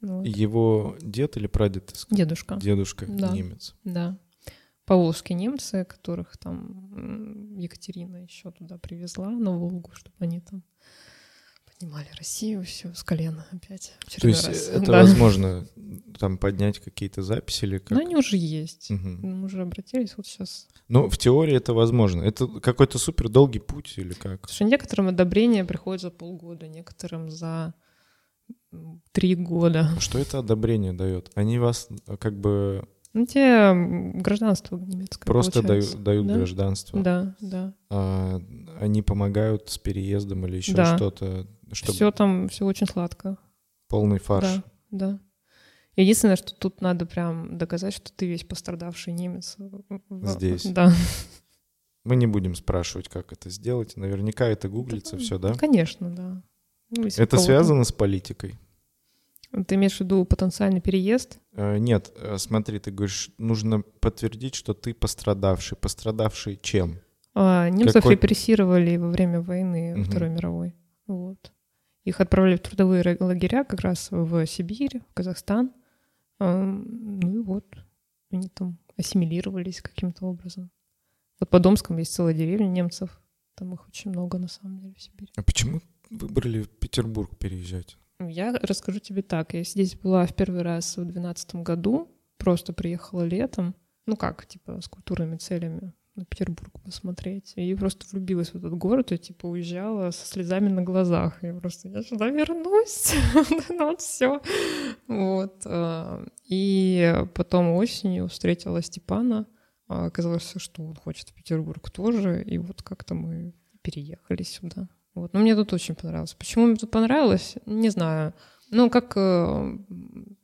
[SPEAKER 2] Ну вот.
[SPEAKER 1] Его дед или прадед? ты сказал?
[SPEAKER 2] Дедушка,
[SPEAKER 1] Дедушка
[SPEAKER 2] Да.
[SPEAKER 1] немец.
[SPEAKER 2] да. Поволжские немцы, которых там м, Екатерина еще туда привезла, на Волгу, чтобы они там поднимали Россию все с колена опять. в
[SPEAKER 1] То
[SPEAKER 2] очередной
[SPEAKER 1] есть
[SPEAKER 2] раз.
[SPEAKER 1] это
[SPEAKER 2] Да. Ну,
[SPEAKER 1] возможно там поднять какие-то записи или как?
[SPEAKER 2] Но они уже есть.
[SPEAKER 1] Мгм.
[SPEAKER 2] Мы уже обратились вот сейчас.
[SPEAKER 1] Ну, в теории это возможно. Это какой-то супер долгий путь или как?
[SPEAKER 2] Потому что некоторым одобрение приходит за полгода, некоторым за м, три года.
[SPEAKER 1] А Что это одобрение дает? Они вас э, как бы
[SPEAKER 2] Ну, тебе м, гражданство немецкое
[SPEAKER 1] просто
[SPEAKER 2] получается.
[SPEAKER 1] дают, дают
[SPEAKER 2] да?
[SPEAKER 1] гражданство.
[SPEAKER 2] Да, да.
[SPEAKER 1] А, они помогают с переездом или еще
[SPEAKER 2] Да.
[SPEAKER 1] что-то, чтобы
[SPEAKER 2] Все там, все очень сладко.
[SPEAKER 1] полный фарш.
[SPEAKER 2] Да, да. Единственное, что тут надо прям доказать, что ты весь пострадавший немец. В-
[SPEAKER 1] Здесь.
[SPEAKER 2] Да.
[SPEAKER 1] Мы не будем спрашивать, как это сделать. Наверняка это гуглится все, да?
[SPEAKER 2] Конечно, да. Ну, если
[SPEAKER 1] Это
[SPEAKER 2] у кого-то-
[SPEAKER 1] связано с политикой?
[SPEAKER 2] Ты имеешь в виду потенциальный переезд?
[SPEAKER 1] Э, Нет, э, смотри, ты говоришь, нужно подтвердить, что ты пострадавший. Пострадавший чем?
[SPEAKER 2] А, немцев
[SPEAKER 1] Какой-
[SPEAKER 2] репрессировали во время войны
[SPEAKER 1] Мгм.
[SPEAKER 2] Второй мировой. Вот. Их отправляли в трудовые ра- лагеря как раз в Сибирь, в Казахстан. Ам, Ну и вот, они там ассимилировались каким-то образом. Вот по Домскому есть целая деревня немцев. Там их очень много, на самом деле, в Сибири.
[SPEAKER 1] А почему выбрали в Петербург переезжать?
[SPEAKER 2] Я расскажу тебе так. Я здесь была в первый раз в двенадцатом году, просто приехала летом, ну как, типа, с культурными целями на Петербург посмотреть. И просто влюбилась в этот город, и типа уезжала со слезами на глазах. Я просто, я сюда вернусь, ну вот все. Вот. а, И потом осенью встретила Степана. А Оказалось, что он хочет в Петербург тоже, и вот как-то мы переехали сюда. Вот. Но мне тут очень понравилось. Почему мне тут понравилось, не знаю. Ну, как э,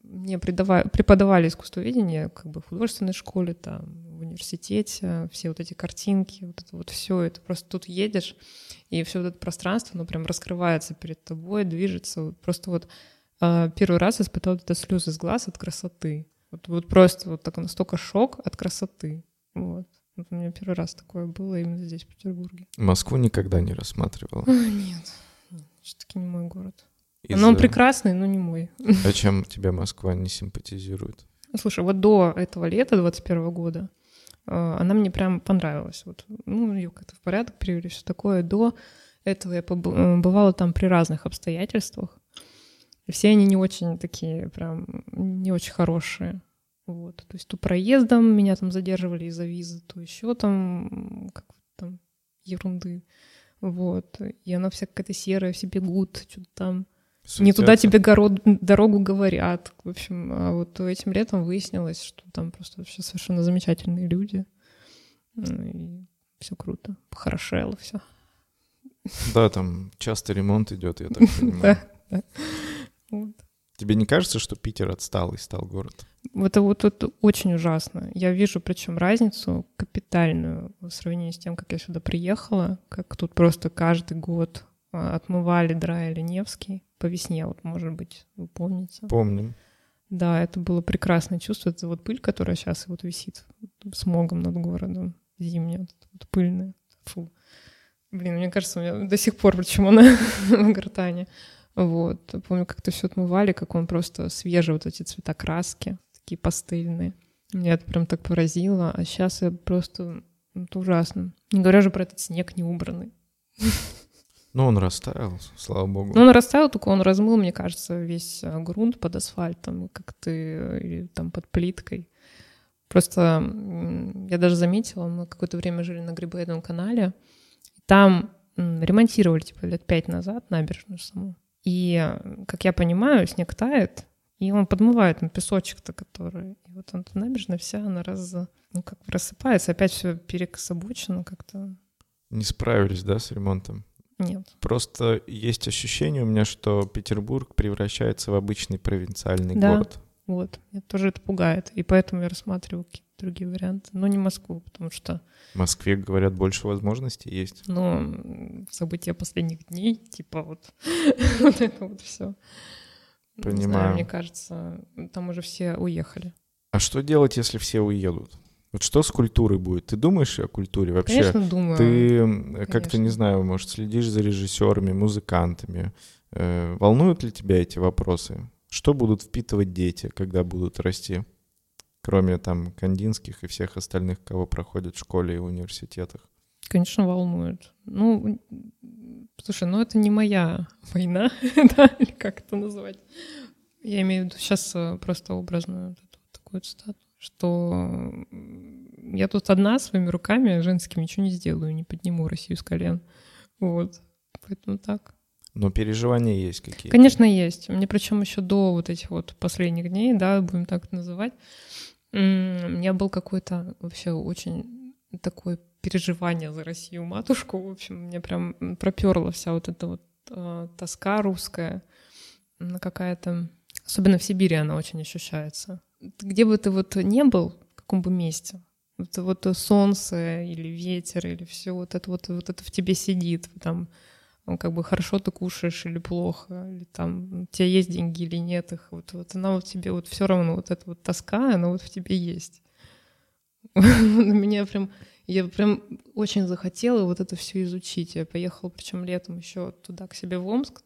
[SPEAKER 2] мне предава- преподавали искусствоведение, как бы в художественной школе, там, в университете, все вот эти картинки, вот это вот все, это просто тут едешь, и все вот это пространство, оно прям раскрывается перед тобой, движется. Вот Просто вот э, первый раз испытал вот это слезы из глаз от красоты. Вот, вот просто вот так настолько шок от красоты. Вот. Вот у меня первый раз такое было именно здесь, в Петербурге.
[SPEAKER 1] Москву никогда не рассматривала.
[SPEAKER 2] А, Нет, все-таки не мой город.
[SPEAKER 1] Из-за-
[SPEAKER 2] Но он прекрасный, но не мой.
[SPEAKER 1] А чем тебе Москва не симпатизирует?
[SPEAKER 2] Слушай, вот до этого лета, 21 года, э, она мне прям понравилась. Вот, ну, ее как-то в порядок привели, все такое. До этого я побы- э, бывала там при разных обстоятельствах. И все они не очень такие, прям, не очень хорошие. Вот. То есть то проездом меня там задерживали из-за визы, то еще там м, как там ерунды. Вот. И она вся какая-то серая, все бегут, что-то там не
[SPEAKER 1] Суетятся?
[SPEAKER 2] туда тебе город- дорогу говорят. В общем, а вот этим летом выяснилось, что там просто вообще совершенно замечательные люди. Ну, И все круто. Похорошело все.
[SPEAKER 1] Да, там часто ремонт идет, я так понимаю.
[SPEAKER 2] Вот.
[SPEAKER 1] Тебе не кажется, что Питер отстал и стал город?
[SPEAKER 2] Это вот это очень ужасно. Я вижу причем разницу капитальную в сравнении с тем, как я сюда приехала, как тут просто каждый год а, отмывали, драили Невский по весне, вот, может быть, вы помните.
[SPEAKER 1] Помним.
[SPEAKER 2] Да, это было прекрасное чувство. Это вот пыль, которая сейчас вот висит смогом над городом зимняя, вот, вот пыльная. Фу. Блин, мне кажется, у меня до сих пор, причем она в гортане. Вот. Помню, как-то все отмывали, как он просто свежий, вот эти цвета краски, такие пастельные. Меня это прям так поразило. А сейчас я просто... ну, Это ужасно. Не говоря же про этот снег неубранный.
[SPEAKER 1] Ну, он растаял, слава богу.
[SPEAKER 2] Ну, он растаял, только он размыл, мне кажется, весь э, грунт под асфальтом, как ты, э, или там под плиткой. Просто я даже заметила, мы какое-то время жили на Грибоедовом канале, там ремонтировали, типа, лет пять назад набережную саму. И, э, как я понимаю, снег тает, и он подмывает на песочек-то, который... И вот он набережная вся, она раз... Ну, как бы рассыпается, опять все перекособочено как-то.
[SPEAKER 1] Не справились, да, с ремонтом?
[SPEAKER 2] Нет.
[SPEAKER 1] Просто есть ощущение у меня, что Петербург превращается в обычный провинциальный
[SPEAKER 2] Да.
[SPEAKER 1] город.
[SPEAKER 2] Вот. Меня тоже это пугает. И поэтому я рассматриваю какие-то другие варианты. Но не Москву, потому что,
[SPEAKER 1] В Москве, говорят, больше возможностей есть.
[SPEAKER 2] ну, м, события последних дней, типа вот, вот это вот все.
[SPEAKER 1] Понимаю.
[SPEAKER 2] мне кажется, там уже все уехали.
[SPEAKER 1] А что делать, если все уедут? Вот что с культурой будет? Ты думаешь о культуре вообще?
[SPEAKER 2] Конечно, думаю.
[SPEAKER 1] Ты м, как-то,
[SPEAKER 2] Конечно.
[SPEAKER 1] не знаю, может, следишь за режиссерами, музыкантами. Э, Волнуют ли тебя эти вопросы? Что будут впитывать дети, когда будут расти? Кроме там Кандинских и всех остальных, кого проходят в школе и университетах.
[SPEAKER 2] Конечно, волнует. Ну, м, слушай, ну это не моя война, да, или как это назвать. Я имею в виду сейчас э, просто образную вот эту вот такую цитату, что м, я тут одна своими руками женскими ничего не сделаю, не подниму Россию с колен. Вот. Поэтому так.
[SPEAKER 1] Но переживания есть какие-то.
[SPEAKER 2] Конечно, есть. Мне причем еще до вот этих вот последних дней, да, будем так это называть, м, у меня был какой-то вообще очень такое переживание за Россию матушку. В общем, меня прям проперла вся вот эта вот э, тоска русская. Она какая-то... Особенно в Сибири она очень ощущается. Где бы ты вот не был, в каком бы месте, вот, вот э, солнце или ветер, или все вот это вот, вот это в тебе сидит, там ну, как бы хорошо ты кушаешь или плохо, или там у тебя есть деньги или нет их, вот, вот она вот тебе вот все равно, вот эта вот тоска, она вот в тебе есть. У меня прям, я прям очень захотела вот это все изучить. Я поехала, причем летом еще туда, к себе в Омск,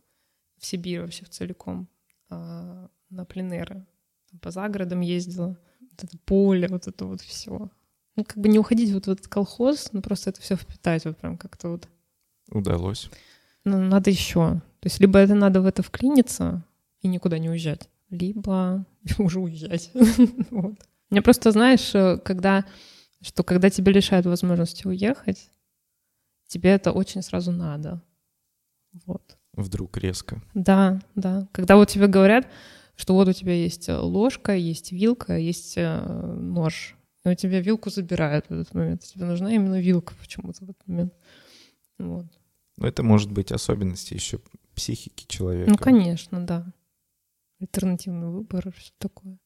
[SPEAKER 2] в Сибирь вообще в целиком, а, на пленеры. По загородам ездила. Вот это поле, вот это вот все. Ну, как бы не уходить вот в этот колхоз, но просто это все впитать вот прям как-то вот
[SPEAKER 1] Удалось.
[SPEAKER 2] ну, надо еще. То есть либо это надо в это вклиниться и никуда не уезжать, либо уже уезжать. Вот. Мне просто, знаешь, э, когда, что когда тебя лишают возможности уехать, тебе это очень сразу надо. Вот.
[SPEAKER 1] Вдруг резко.
[SPEAKER 2] Да, да. Когда вот тебе говорят, что вот у тебя есть э, ложка, есть вилка, есть э, нож. И у тебя вилку забирают в этот момент. Тебе нужна именно вилка почему-то в этот момент. Вот.
[SPEAKER 1] Но это может быть особенности еще психики человека.
[SPEAKER 2] Ну, конечно, да. Альтернативный выбор, и все такое,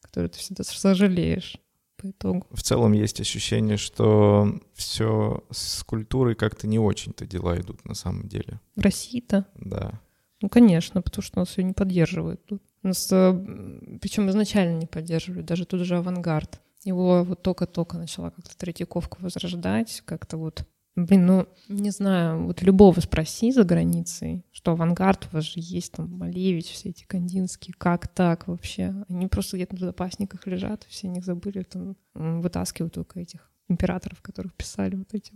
[SPEAKER 2] который ты всегда сожалеешь по итогу.
[SPEAKER 1] В целом есть ощущение, что все с культурой как-то не очень-то дела идут на самом деле.
[SPEAKER 2] В России-то,
[SPEAKER 1] Да.
[SPEAKER 2] ну, конечно, потому что нас ее не поддерживают тут. Нас, причем изначально не поддерживали, даже тут же авангард. Его вот только-только начала как-то Третьяковка возрождать, как-то вот Блин, ну, не знаю, вот любого спроси за границей, что авангард у вас же есть, там, Малевич, все эти кандинские, как так вообще? Они просто где-то в запасниках лежат, все о них забыли, там, м, вытаскивают только этих императоров, которых писали вот эти.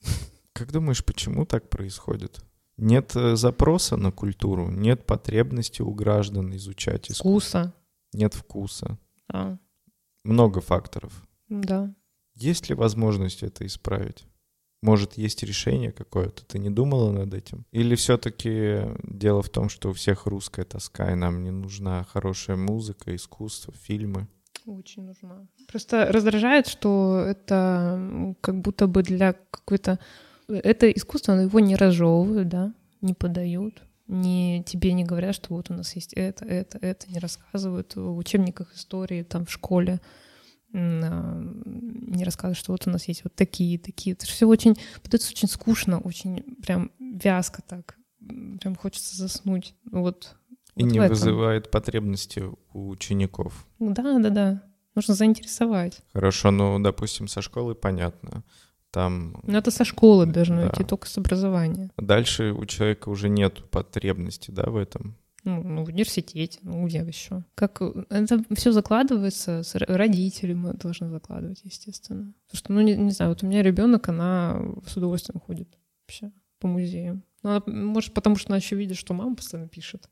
[SPEAKER 2] вот.
[SPEAKER 1] Как думаешь, почему так происходит? Нет э, запроса на культуру, нет потребности у граждан изучать искусство,
[SPEAKER 2] Вкуса.
[SPEAKER 1] нет вкуса.
[SPEAKER 2] Да.
[SPEAKER 1] Много факторов.
[SPEAKER 2] да.
[SPEAKER 1] Есть ли возможность это исправить? Может, есть решение какое-то? Ты не думала над этим? Или все-таки дело в том, что у всех русская тоска, и нам не нужна хорошая музыка, искусство, фильмы?
[SPEAKER 2] Очень нужна. Просто раздражает, что это м, как будто бы для какой-то... Это искусство, но его не разжевывают, да, не подают. Не, тебе не говорят, что вот у нас есть это, это, это, не рассказывают в учебниках истории, там, в школе. а, не рассказывать, что вот у нас есть вот такие, такие. Это все очень, подается очень скучно, очень прям вязко так. Прям хочется заснуть. Вот.
[SPEAKER 1] И
[SPEAKER 2] вот
[SPEAKER 1] не
[SPEAKER 2] в этом.
[SPEAKER 1] вызывает потребности у учеников.
[SPEAKER 2] Ну Да, да, да. Нужно заинтересовать.
[SPEAKER 1] Хорошо, ну, допустим, со школы понятно. Там
[SPEAKER 2] Но Ну, это со школы должно
[SPEAKER 1] Да.
[SPEAKER 2] идти, только с образования.
[SPEAKER 1] дальше у человека уже нет потребности, да, в этом.
[SPEAKER 2] Ну, ну, в университете, ну, где еще? Как э, это все закладывается, с ро- родители мы должны закладывать, естественно. Потому что, ну, не, не знаю, вот у меня ребенок, она с удовольствием ходит вообще по музеям. Ну, она, может, потому что она еще видит, что мама постоянно пишет.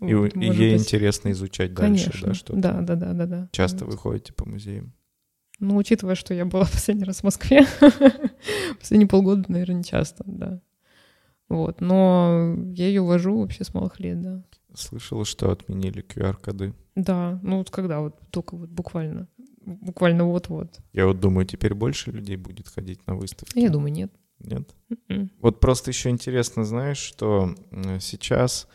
[SPEAKER 1] И, у-
[SPEAKER 2] Вот,
[SPEAKER 1] и
[SPEAKER 2] может
[SPEAKER 1] ей
[SPEAKER 2] быть.
[SPEAKER 1] интересно изучать дальше,
[SPEAKER 2] Конечно.
[SPEAKER 1] да, что
[SPEAKER 2] да, да, да, да, да.
[SPEAKER 1] часто
[SPEAKER 2] Вот.
[SPEAKER 1] вы ходите по музеям.
[SPEAKER 2] Ну, учитывая, что я была последний раз в Москве, последние полгода, наверное, не часто, да. Вот, но я ее вожу вообще с малых лет, да.
[SPEAKER 1] Слышала, что отменили QR-коды.
[SPEAKER 2] Да, ну вот когда вот только вот буквально, буквально вот-вот.
[SPEAKER 1] Я вот думаю, теперь больше людей будет ходить на выставки.
[SPEAKER 2] Я думаю, м-м. нет.
[SPEAKER 1] Нет?
[SPEAKER 2] Мгм.
[SPEAKER 1] Вот просто еще интересно, знаешь, что м, сейчас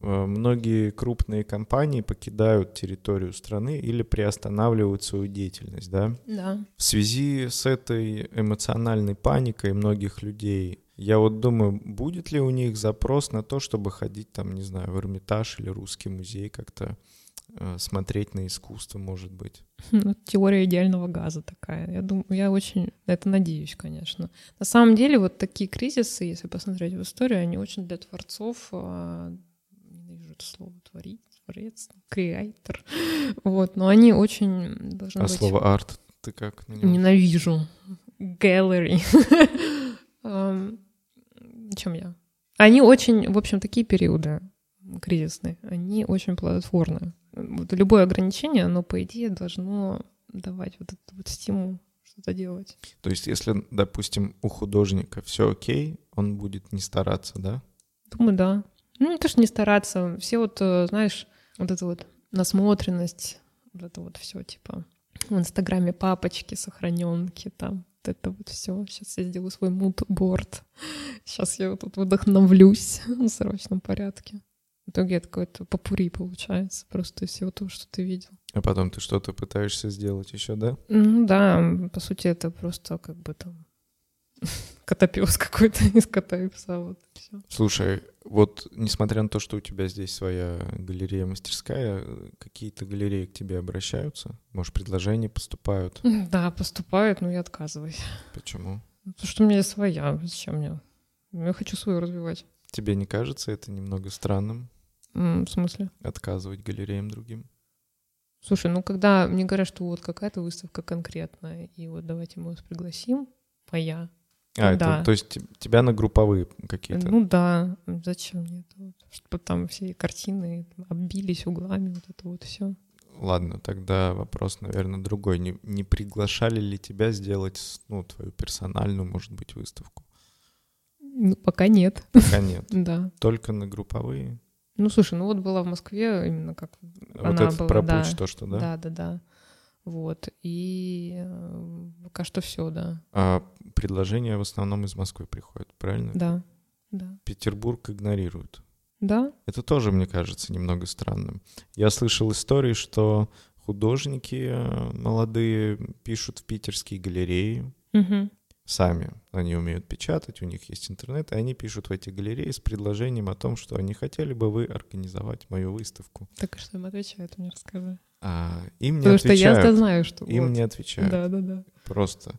[SPEAKER 1] э, многие крупные компании покидают территорию страны или приостанавливают свою деятельность, да?
[SPEAKER 2] Да.
[SPEAKER 1] В связи с этой эмоциональной паникой многих людей, я вот думаю, будет ли у них запрос на то, чтобы ходить там, не знаю, в Эрмитаж или Русский музей как-то э, смотреть на искусство, может быть.
[SPEAKER 2] Ну, теория идеального газа такая. Я думаю, я очень на это надеюсь, конечно. На самом деле вот такие кризисы, если посмотреть в историю, они очень для творцов, а, ненавижу это слово, творить, творец, креатор, вот, но они очень должны
[SPEAKER 1] А
[SPEAKER 2] Ну, быть...
[SPEAKER 1] слово арт ты как на него?
[SPEAKER 2] Ненавижу. Gallery. Эм, Чем я? Они очень, в общем, такие периоды кризисные, они очень плодотворны. Вот любое ограничение, оно, по идее, должно давать вот этот вот стимул что-то делать.
[SPEAKER 1] То есть, если, допустим, у художника все окей, он будет не стараться, да?
[SPEAKER 2] Думаю, да. Ну, не то, что не стараться. Все вот, э, знаешь, вот эта вот насмотренность, вот это вот все типа в Инстаграме папочки, сохраненки там, вот это вот все. Сейчас я сделаю свой мудборд. Сейчас я вот тут вдохновлюсь в срочном порядке. В итоге это какой-то попури получается, просто из всего того, что ты видел.
[SPEAKER 1] А потом ты что-то пытаешься сделать еще, да?
[SPEAKER 2] Ну да, по сути, это просто как бы там котопес какой-то из кота и пса, вот все.
[SPEAKER 1] Слушай, вот несмотря на то, что у тебя здесь своя галерея-мастерская, э, какие-то галереи к тебе обращаются? Может, предложения поступают?
[SPEAKER 2] Да, поступают, но я отказываюсь.
[SPEAKER 1] Почему?
[SPEAKER 2] Ну, Потому что у меня есть своя. Зачем мне? Ну, Я хочу свою развивать.
[SPEAKER 1] Тебе не кажется это немного странным,
[SPEAKER 2] М, В смысле?
[SPEAKER 1] отказывать галереям другим?
[SPEAKER 2] Слушай, ну когда мне говорят, что вот какая-то выставка конкретная, и вот давайте мы вас пригласим, моя.
[SPEAKER 1] А, это,
[SPEAKER 2] Да.
[SPEAKER 1] то есть те- тебя на групповые какие-то...
[SPEAKER 2] Ну да, зачем мне это? Вот? Чтобы там все картины оббились углами, вот это вот все.
[SPEAKER 1] Ладно, тогда вопрос, наверное, другой. Не, не приглашали ли тебя сделать, с- ну, твою персональную, может быть, выставку?
[SPEAKER 2] Ну, пока нет.
[SPEAKER 1] Пока нет.
[SPEAKER 2] Да.
[SPEAKER 1] Только на групповые.
[SPEAKER 2] Ну, слушай, ну вот была в Москве именно как
[SPEAKER 1] вот
[SPEAKER 2] Она
[SPEAKER 1] это
[SPEAKER 2] была,
[SPEAKER 1] про
[SPEAKER 2] да.
[SPEAKER 1] путь то, что, да?
[SPEAKER 2] Да, да, да. Вот. И э, пока что все, да.
[SPEAKER 1] А предложения в основном из Москвы приходят, правильно?
[SPEAKER 2] Да. Да.
[SPEAKER 1] Петербург игнорируют.
[SPEAKER 2] Да?
[SPEAKER 1] Это тоже, мне кажется, немного странным. Я слышал истории, что художники э, молодые пишут в питерские галереи
[SPEAKER 2] Угу.
[SPEAKER 1] сами. Они умеют печатать, у них есть интернет, и они пишут в эти галереи с предложением о том, что они хотели бы вы организовать мою выставку.
[SPEAKER 2] Так и что им отвечают, мне расскажи.
[SPEAKER 1] А им не
[SPEAKER 2] Потому что
[SPEAKER 1] отвечают.
[SPEAKER 2] я-то знаю, что...
[SPEAKER 1] им
[SPEAKER 2] вот.
[SPEAKER 1] не отвечают.
[SPEAKER 2] Да, да, да.
[SPEAKER 1] Просто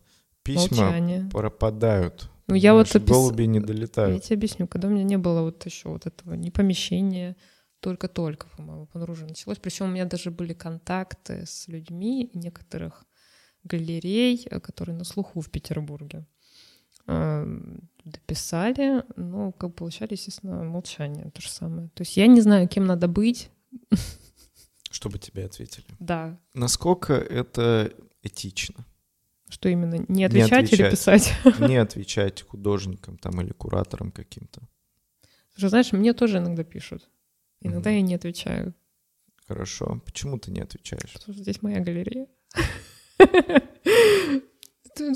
[SPEAKER 1] письма
[SPEAKER 2] Молчание.
[SPEAKER 1] пропадают.
[SPEAKER 2] Ну, я вот
[SPEAKER 1] понимаешь,
[SPEAKER 2] опис-
[SPEAKER 1] голуби не долетают.
[SPEAKER 2] Я тебе объясню, когда у меня не было вот еще вот этого ни помещения, только-только, по-моему, понаружи началось. Причем у меня даже были контакты с людьми некоторых галерей, э, которые на слуху в Петербурге. Эм, Дописали, но как получали, естественно, молчание то же самое. То есть я не знаю, кем надо быть.
[SPEAKER 1] Чтобы тебе ответили.
[SPEAKER 2] Да,
[SPEAKER 1] Насколько это этично?
[SPEAKER 2] что именно, не отвечать или
[SPEAKER 1] отвечать.
[SPEAKER 2] писать?
[SPEAKER 1] Не отвечать художникам там или кураторам каким-то.
[SPEAKER 2] Слушай, знаешь, мне тоже иногда пишут. Иногда
[SPEAKER 1] Мгм.
[SPEAKER 2] я не отвечаю,
[SPEAKER 1] Хорошо. Почему ты не отвечаешь?
[SPEAKER 2] потому что здесь моя галерея. Это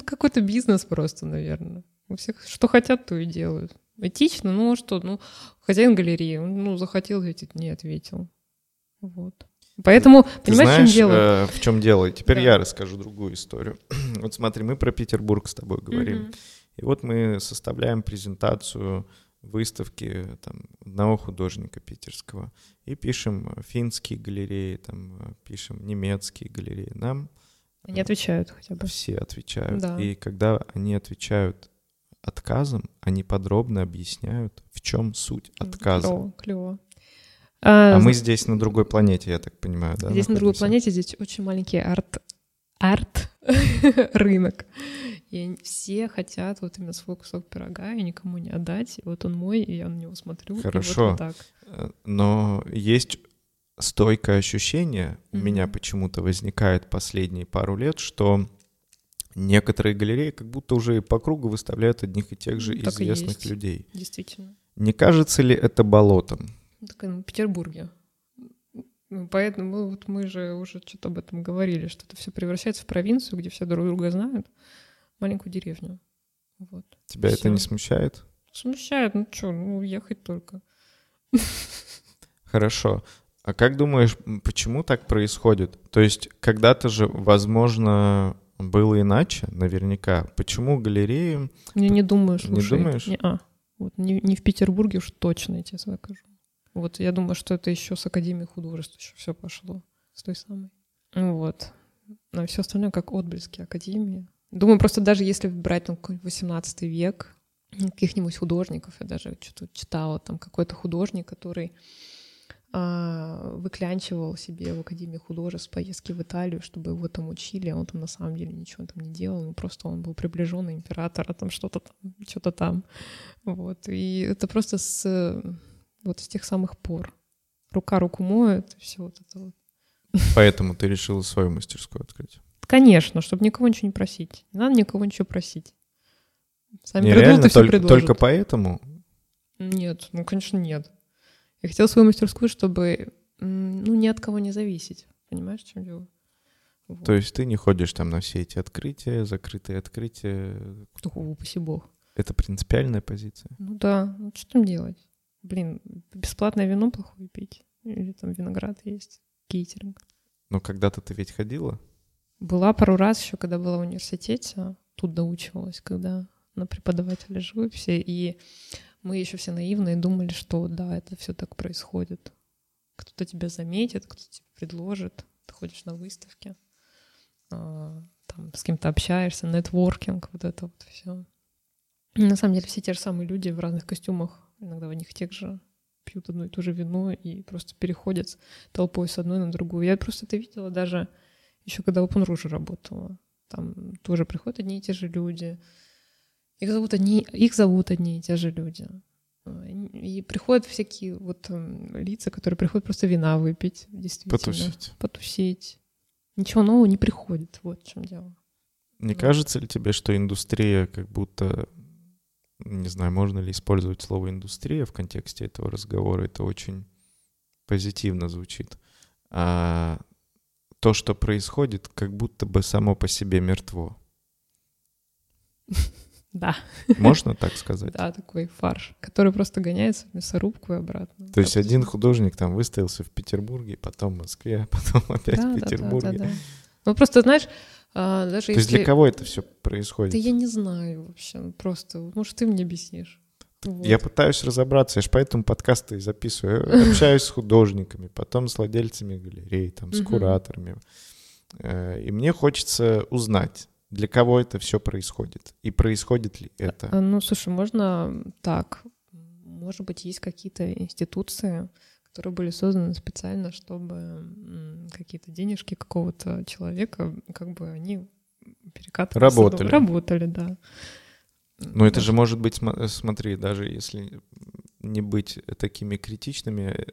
[SPEAKER 2] какой-то бизнес просто, наверное. У всех что хотят, то и делают. Этично, ну а что? Ну, хозяин галереи, он, ну, захотел ответить, не ответил. Вот. Поэтому,
[SPEAKER 1] Ты знаешь,
[SPEAKER 2] понимаешь, в чем дело?
[SPEAKER 1] э, в чем дело? И Теперь
[SPEAKER 2] Да.
[SPEAKER 1] я расскажу другую историю. Вот смотри, мы про Петербург с тобой говорим.
[SPEAKER 2] Мгм.
[SPEAKER 1] И вот мы составляем презентацию выставки там, одного художника питерского и пишем э, финские галереи, там, э, пишем немецкие галереи. Нам
[SPEAKER 2] Они отвечают хотя бы.
[SPEAKER 1] все отвечают.
[SPEAKER 2] Да.
[SPEAKER 1] И когда они отвечают отказом, они подробно объясняют, в чем суть отказа.
[SPEAKER 2] Клево, клево.
[SPEAKER 1] А
[SPEAKER 2] А,
[SPEAKER 1] мы здесь на другой планете, я так понимаю, да?
[SPEAKER 2] Здесь на другой
[SPEAKER 1] находимся?
[SPEAKER 2] планете, здесь очень маленький арт, арт рынок. И они- все хотят вот именно свой кусок пирога и никому не отдать. И вот он мой, и я на него смотрю. и вот
[SPEAKER 1] Хорошо.
[SPEAKER 2] вот так.
[SPEAKER 1] Э, Но есть стойкое ощущение, у
[SPEAKER 2] Мгм.
[SPEAKER 1] меня почему-то возникает последние пару лет, что некоторые галереи как будто уже и по кругу выставляют одних и тех же
[SPEAKER 2] Ну, так и
[SPEAKER 1] известных
[SPEAKER 2] есть.
[SPEAKER 1] людей.
[SPEAKER 2] Действительно.
[SPEAKER 1] Не кажется ли это болотом?
[SPEAKER 2] Ну, так, ну, в Петербурге. Ну, Поэтому ну, вот мы же уже что-то об этом говорили, что это все превращается в провинцию, где все друг друга знают, маленькую деревню. Вот.
[SPEAKER 1] Тебя это
[SPEAKER 2] Всё.
[SPEAKER 1] не смущает?
[SPEAKER 2] Смущает, ну что, ну ехать только.
[SPEAKER 1] Хорошо. А как думаешь, м, почему так происходит? То есть когда-то же, возможно, было иначе, наверняка. Почему галереи...
[SPEAKER 2] Я не
[SPEAKER 1] Не
[SPEAKER 2] думаю, слушай.
[SPEAKER 1] думаешь?
[SPEAKER 2] Неа. Вот не, не в Петербурге уж точно, я тебе закажу. Вот я думаю, что это еще с Академии художеств еще все пошло. С той самой. Ну Вот. А все остальное как отблески Академии. Думаю, просто даже если брать там, какой-нибудь 18 век, каких-нибудь художников, я даже что-то читала, там какой-то художник, который а, выклянчивал себе в Академии художеств поездки в Италию, чтобы его там учили, а он там на самом деле ничего там не делал, ну просто он был приближенный императора, там что-то там, что-то там. Вот. И это просто с э, вот с тех самых пор. Рука руку моет, и все вот это вот.
[SPEAKER 1] Поэтому ты решила свою мастерскую открыть?
[SPEAKER 2] Конечно, чтобы никого ничего не просить. Не надо никого ничего просить. Сами
[SPEAKER 1] Не,
[SPEAKER 2] придут
[SPEAKER 1] реально,
[SPEAKER 2] и все
[SPEAKER 1] только,
[SPEAKER 2] предложат.
[SPEAKER 1] только поэтому?
[SPEAKER 2] Нет, ну, конечно, нет. Я хотела свою мастерскую, чтобы м, ну, ни от кого не зависеть. Понимаешь, в чем дело? Вот.
[SPEAKER 1] То есть ты не ходишь там на все эти открытия, закрытые открытия.
[SPEAKER 2] Ну, упаси бог.
[SPEAKER 1] Это принципиальная позиция.
[SPEAKER 2] Ну да, ну что там делать? Блин, бесплатное вино плохое пить. Или там виноград есть, кейтеринг.
[SPEAKER 1] Но когда-то ты ведь ходила?
[SPEAKER 2] Была пару раз еще, когда была в университете, тут доучивалась, когда на преподавателя живописи, и мы еще все наивные думали, что да, это все так происходит. Кто-то тебя заметит, кто-то тебе предложит, ты ходишь на выставки, а, там с кем-то общаешься, нетворкинг, вот это вот все. На самом деле все те же самые люди в разных костюмах, иногда в одних и тех же, пьют одно и то же вино и просто переходят толпой с одной на другую. Я просто это видела даже еще когда в Open.ru работала. Там тоже приходят одни и те же люди. Их зовут одни, их зовут одни и те же люди. А, И приходят всякие вот эм, лица, которые приходят просто вина выпить, действительно.
[SPEAKER 1] Потусить.
[SPEAKER 2] Потусить. Ничего нового не приходит, вот в чем дело.
[SPEAKER 1] Не
[SPEAKER 2] Да.
[SPEAKER 1] кажется ли тебе, что индустрия как будто... Не знаю, можно ли использовать слово «индустрия» в контексте этого разговора. Это очень позитивно звучит. А то, что происходит, как будто бы само по себе мертво.
[SPEAKER 2] Да.
[SPEAKER 1] Можно так сказать?
[SPEAKER 2] Да, такой фарш, который просто гоняется в мясорубку и обратно.
[SPEAKER 1] То есть один художник там выставился в Петербурге, потом в Москве, а потом опять
[SPEAKER 2] Да,
[SPEAKER 1] в
[SPEAKER 2] да, да,
[SPEAKER 1] Петербурге.
[SPEAKER 2] да, да. Ну просто, знаешь, а, даже
[SPEAKER 1] То
[SPEAKER 2] если...
[SPEAKER 1] есть для кого это все происходит?
[SPEAKER 2] Да я не знаю вообще, ну, просто, может, ты мне объяснишь. Вот.
[SPEAKER 1] Я пытаюсь разобраться, я же поэтому подкасты и записываю. Я Общаюсь с художниками, потом с владельцами галерей, там, с
[SPEAKER 2] Мгм.
[SPEAKER 1] кураторами. Э, И мне хочется узнать, для кого это все происходит и происходит ли это.
[SPEAKER 2] А, Ну, слушай, можно так. Может быть, есть какие-то институции, которые были созданы специально, чтобы м, какие-то денежки какого-то человека, как бы они перекатывались.
[SPEAKER 1] Работали.
[SPEAKER 2] Работали, да.
[SPEAKER 1] Но Ну, это же может быть, см- смотри, даже если не быть такими критичными, э,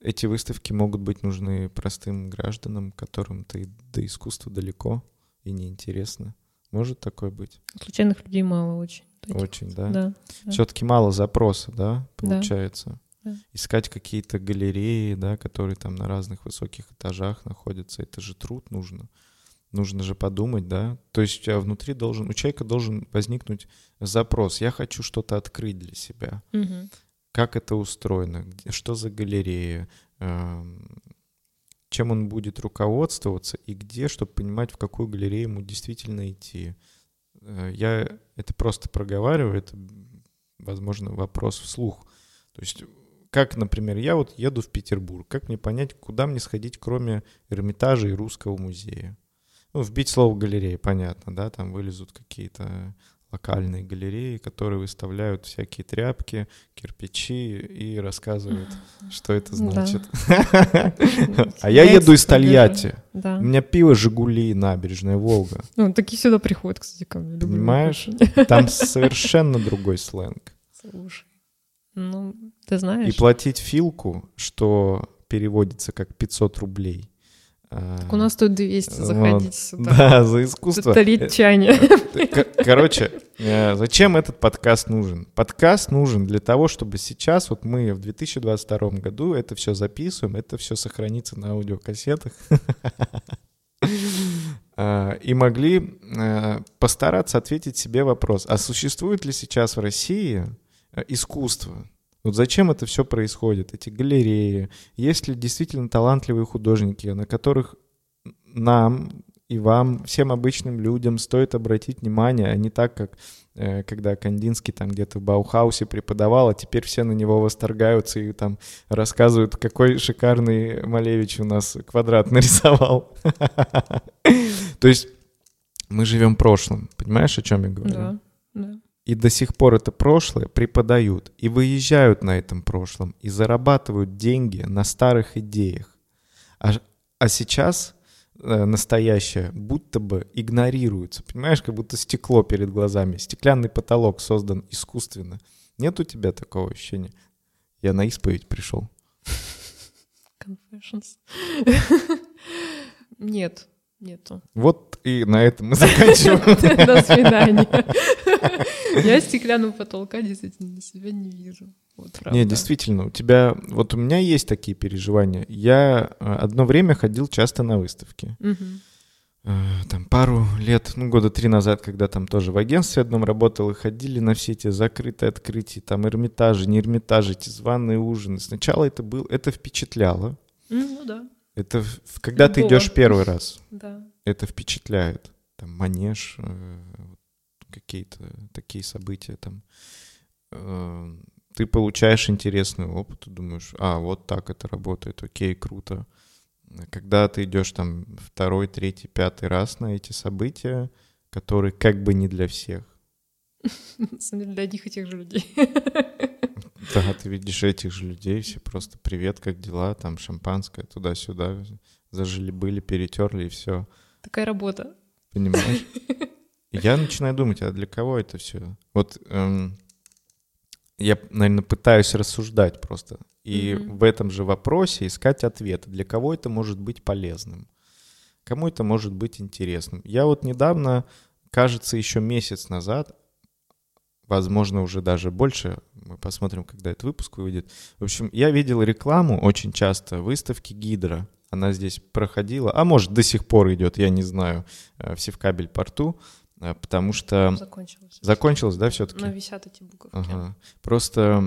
[SPEAKER 1] эти выставки могут быть нужны простым гражданам, которым ты до искусства далеко и неинтересно. Может такое быть?
[SPEAKER 2] Случайных людей мало очень. Таких.
[SPEAKER 1] Очень, да?
[SPEAKER 2] Да. Да.
[SPEAKER 1] Все-таки мало запроса, да,
[SPEAKER 2] Да.
[SPEAKER 1] получается.
[SPEAKER 2] Да.
[SPEAKER 1] Искать какие-то галереи, да, которые там на разных высоких этажах находятся. Это же труд нужно. Нужно же подумать, да. То есть у тебя внутри должен, у человека должен возникнуть запрос. Я хочу что-то открыть для себя.
[SPEAKER 2] Мгм.
[SPEAKER 1] Как это устроено? Где- Что за галерея? Эм, чем он будет руководствоваться и где, чтобы понимать, в какую галерею ему действительно идти. Э, Я это просто проговариваю, это, возможно, вопрос вслух. То есть как, например, я вот еду в Петербург, как мне понять, куда мне сходить, кроме Эрмитажа и Русского музея? Ну, вбить слово галерея, понятно, да, там вылезут какие-то локальные галереи, которые выставляют всякие тряпки, кирпичи и рассказывают, что это значит. А я еду из Тольятти. У меня пиво «Жигули», «Набережная», «Волга».
[SPEAKER 2] Ну, такие сюда приходят, кстати, ко мне.
[SPEAKER 1] Понимаешь? Там совершенно другой сленг.
[SPEAKER 2] Слушай, ну, ты знаешь.
[SPEAKER 1] И платить филку, что переводится как 500 рублей, а,
[SPEAKER 2] так у нас тут 200, заходите вот. сюда.
[SPEAKER 1] Да, за искусство.
[SPEAKER 2] Тоталитчане.
[SPEAKER 1] Короче, э, зачем этот подкаст нужен? Подкаст нужен для того, чтобы сейчас, вот мы в 2022 году это все записываем, это все сохранится на аудиокассетах. Э, И могли э, постараться ответить себе вопрос, а существует ли сейчас в России искусство? э, Вот зачем это все происходит, эти галереи? Есть ли действительно талантливые художники, на которых нам и вам, всем обычным людям стоит обратить внимание, а не так, как э, когда Кандинский там где-то в Баухаусе преподавал, а теперь все на него восторгаются и там рассказывают, какой шикарный Малевич у нас квадрат нарисовал. То есть мы живем прошлым, понимаешь, о чем я говорю?
[SPEAKER 2] Да, да
[SPEAKER 1] и до сих пор это прошлое преподают и выезжают на этом прошлом и зарабатывают деньги на старых идеях. А, а сейчас э, настоящее будто бы игнорируется. Понимаешь, как будто стекло перед глазами, стеклянный потолок создан искусственно. Нет у тебя такого ощущения? Я на исповедь пришел.
[SPEAKER 2] Confessions. Нет, нету.
[SPEAKER 1] Вот и на этом мы заканчиваем.
[SPEAKER 2] До свидания. Я стеклянного потолка действительно для себя не вижу. Вот, правда.
[SPEAKER 1] Не, действительно, у тебя, вот у меня есть такие переживания. Я э, одно время ходил часто на выставки.
[SPEAKER 2] Угу.
[SPEAKER 1] Э, Там пару лет, ну, года три назад, когда там тоже в агентстве одном работал, и ходили на все эти закрытые открытия, там, Эрмитажи, не Эрмитажи, эти званые ужины. Сначала это было, это впечатляло.
[SPEAKER 2] Ну, да.
[SPEAKER 1] Это когда ты идешь первый раз.
[SPEAKER 2] Да.
[SPEAKER 1] Это впечатляет. Там манеж, э, какие-то такие события там. Э, Ты получаешь интересный опыт, ты думаешь, а, вот так это работает, окей, круто. Когда ты идешь там второй, третий, пятый раз на эти события, которые как бы не для всех.
[SPEAKER 2] Для одних и тех же людей.
[SPEAKER 1] Да, ты видишь этих же людей, все просто привет, как дела, там шампанское туда-сюда, зажили были, перетерли и все.
[SPEAKER 2] Такая работа.
[SPEAKER 1] Понимаешь? Я начинаю думать, а для кого это все? Вот эм, я, наверное, пытаюсь рассуждать просто. И mm-hmm. в этом же вопросе искать ответы. Для кого это может быть полезным? Кому это может быть интересным? Я вот недавно, кажется, еще месяц назад, возможно, уже даже больше, мы посмотрим, когда этот выпуск выйдет. В общем, я видел рекламу очень часто выставки Гидра она здесь проходила, а может до сих пор идет, я не знаю, э, в Севкабель порту, э, потому что...
[SPEAKER 2] Закончилось.
[SPEAKER 1] Закончилось, да, все-таки?
[SPEAKER 2] Но висят эти буковки. Ага.
[SPEAKER 1] Просто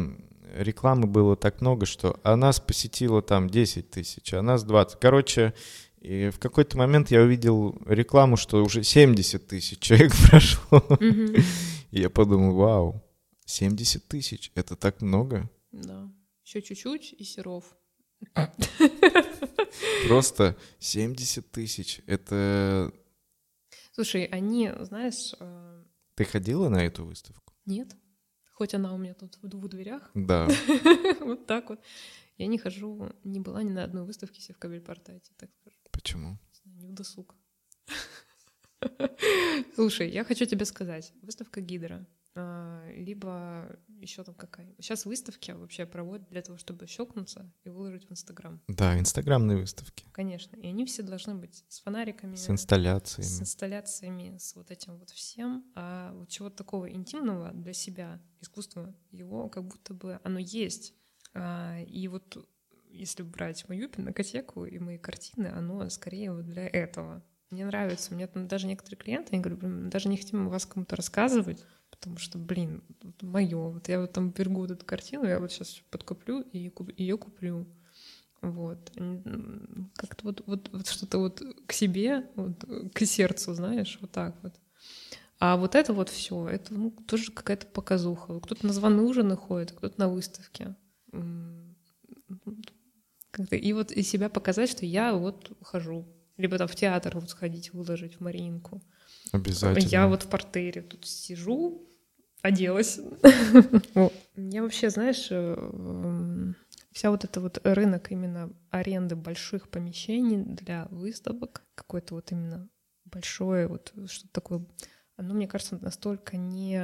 [SPEAKER 1] рекламы было так много, что а нас посетило там 10 тысяч, а нас 20. Короче, и в какой-то момент я увидел рекламу, что уже 70 тысяч человек прошло.
[SPEAKER 2] Угу.
[SPEAKER 1] И я подумал, вау, 70 тысяч, это так много?
[SPEAKER 2] Да, еще чуть-чуть и Серов.
[SPEAKER 1] Просто 70 тысяч. Это...
[SPEAKER 2] Слушай, они, знаешь... Э...
[SPEAKER 1] Ты ходила на эту выставку?
[SPEAKER 2] Нет. Хоть она у меня тут в, в дверях.
[SPEAKER 1] Да.
[SPEAKER 2] вот так вот. Я не хожу, не была ни на одной выставке себе в Кабельпорта, я тебе так скажу.
[SPEAKER 1] Почему?
[SPEAKER 2] Не в досуг. Слушай, я хочу тебе сказать. Выставка Гидра а, либо еще там какая. Сейчас выставки вообще проводят для того, чтобы щелкнуться и выложить в Инстаграм.
[SPEAKER 1] Да, инстаграмные выставки.
[SPEAKER 2] Конечно. И они все должны быть с фонариками.
[SPEAKER 1] С инсталляциями.
[SPEAKER 2] С инсталляциями, с вот этим вот всем. А вот чего-то такого интимного для себя, искусства, его как будто бы оно есть. А, и вот если брать мою пинокотеку и мои картины, оно скорее вот для этого. Мне нравится. У меня там даже некоторые клиенты, они говорят, блин, даже не хотим вас кому-то рассказывать, потому что, блин, мое. Вот я вот там берегу вот эту картину, я вот сейчас подкуплю и куп- ее куплю. Вот. Как-то вот, вот, вот что-то вот к себе, вот, э, к сердцу, знаешь, вот так вот. А вот это вот все, это ну, тоже какая-то показуха. Кто-то на званые ужины ходит, а кто-то на выставке. Как-то, и вот и себя показать, что я вот хожу. Либо там в театр вот сходить, выложить в Маринку.
[SPEAKER 1] Обязательно.
[SPEAKER 2] Я вот в портере тут сижу, оделась. Я вообще, знаешь, э, эм, вся вот эта вот рынок именно аренды больших помещений для выставок, какой-то вот именно большое, вот э, что-то такое, оно, мне кажется, настолько не,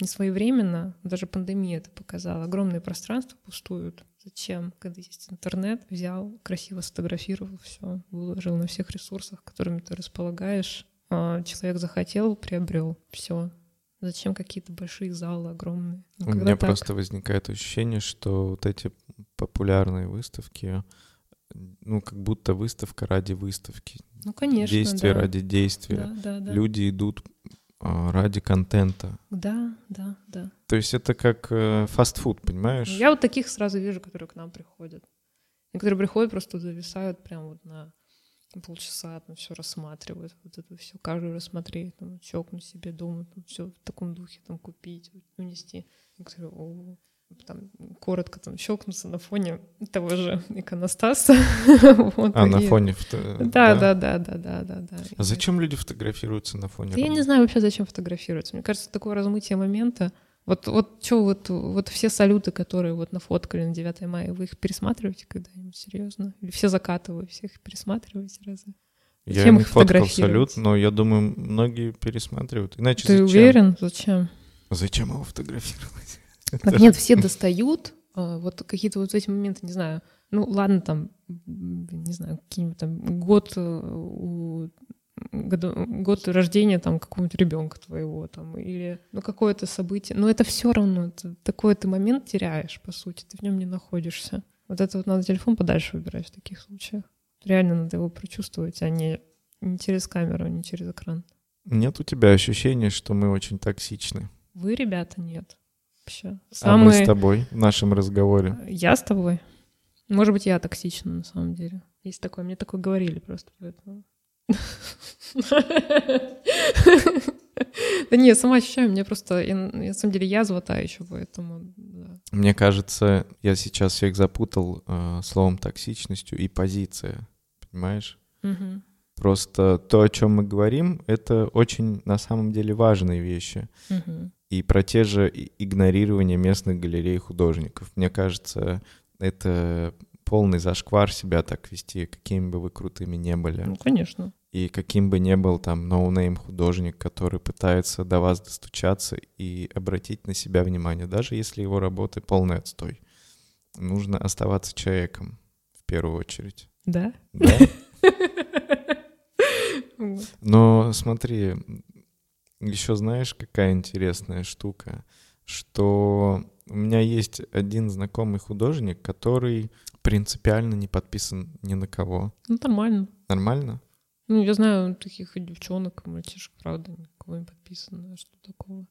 [SPEAKER 2] не своевременно, даже пандемия это показала, огромные пространства пустуют. Зачем? Когда есть интернет, взял, красиво сфотографировал все, выложил на всех ресурсах, которыми ты располагаешь. А, Человек захотел, приобрел, все, Зачем какие-то большие залы огромные?
[SPEAKER 1] Ну, У меня так... просто возникает ощущение, что вот эти популярные выставки, ну, как будто выставка ради выставки.
[SPEAKER 2] Ну, конечно.
[SPEAKER 1] Действие
[SPEAKER 2] да.
[SPEAKER 1] ради действия.
[SPEAKER 2] Да, да, да.
[SPEAKER 1] Люди идут а, ради контента.
[SPEAKER 2] Да, да, да.
[SPEAKER 1] То есть это как э, фастфуд, понимаешь?
[SPEAKER 2] Я вот таких сразу вижу, которые к нам приходят. Некоторые приходят, просто зависают прям вот на полчаса там все рассматривают, вот это все, каждую рассмотреть, там, чокнуть себе дома, там, все в таком духе там купить, унести. Я говорю, о, там, коротко там щелкнуться на фоне того же иконостаса.
[SPEAKER 1] вот, а, и... на фоне?
[SPEAKER 2] Ну, Да, да, да, да, да, да. да.
[SPEAKER 1] А зачем люди фотографируются на фоне?
[SPEAKER 2] Да я не знаю вообще, зачем фотографируются. Мне кажется, такое размытие момента, вот, вот что, вот, вот все салюты, которые вот нафоткали на 9 мая, вы их пересматриваете когда-нибудь серьезно? Или все закаты вы всех пересматриваете разве?
[SPEAKER 1] Я Зачем не их фоткал салют, но я думаю, многие пересматривают. Иначе
[SPEAKER 2] Ты
[SPEAKER 1] зачем?
[SPEAKER 2] уверен? Зачем?
[SPEAKER 1] Зачем его фотографировать?
[SPEAKER 2] Так нет, все достают, э, вот какие-то вот эти моменты, не знаю, ну ладно, там, не знаю, какие-нибудь там год э, у году, год рождения там какого-нибудь ребенка твоего там или ну какое-то событие, но это все равно это, такой ты момент теряешь по сути, ты в нем не находишься. Вот это вот надо телефон подальше выбирать в таких случаях. Реально надо его прочувствовать, а не не через камеру, а не через экран.
[SPEAKER 1] Нет у тебя ощущения, что мы очень токсичны?
[SPEAKER 2] Вы, ребята, нет. Вообще.
[SPEAKER 1] Самые... А мы с тобой в нашем разговоре.
[SPEAKER 2] Я с тобой. Может быть, я токсична на самом деле. Есть такое, мне такое говорили просто, поэтому да нет, сама ощущаю, мне просто, я, на самом деле, язва та еще, поэтому... Да.
[SPEAKER 1] Мне кажется, я сейчас всех запутал э, словом токсичностью и позиция, понимаешь?
[SPEAKER 2] Угу.
[SPEAKER 1] Просто то, о чем мы говорим, это очень, на самом деле, важные вещи.
[SPEAKER 2] Угу.
[SPEAKER 1] И про те же игнорирование местных галерей художников. Мне кажется, это полный зашквар себя так вести, какими бы вы крутыми не были.
[SPEAKER 2] Ну, конечно.
[SPEAKER 1] И каким бы ни был там ноунейм художник, который пытается до вас достучаться и обратить на себя внимание, даже если его работы полный отстой. Нужно оставаться человеком в первую очередь.
[SPEAKER 2] Да?
[SPEAKER 1] Да. Но смотри, еще знаешь, какая интересная штука, что у меня есть один знакомый художник, который принципиально не подписан ни на кого.
[SPEAKER 2] Ну, нормально.
[SPEAKER 1] Нормально?
[SPEAKER 2] Ну, я знаю таких и девчонок, и мальчишек, правда, никого не подписано. А что такого?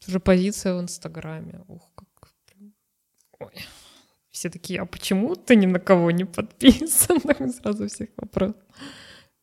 [SPEAKER 2] Это уже позиция в Инстаграме. Ух, как... Ой. Все такие, а почему ты ни на кого не подписан? Сразу всех вопрос.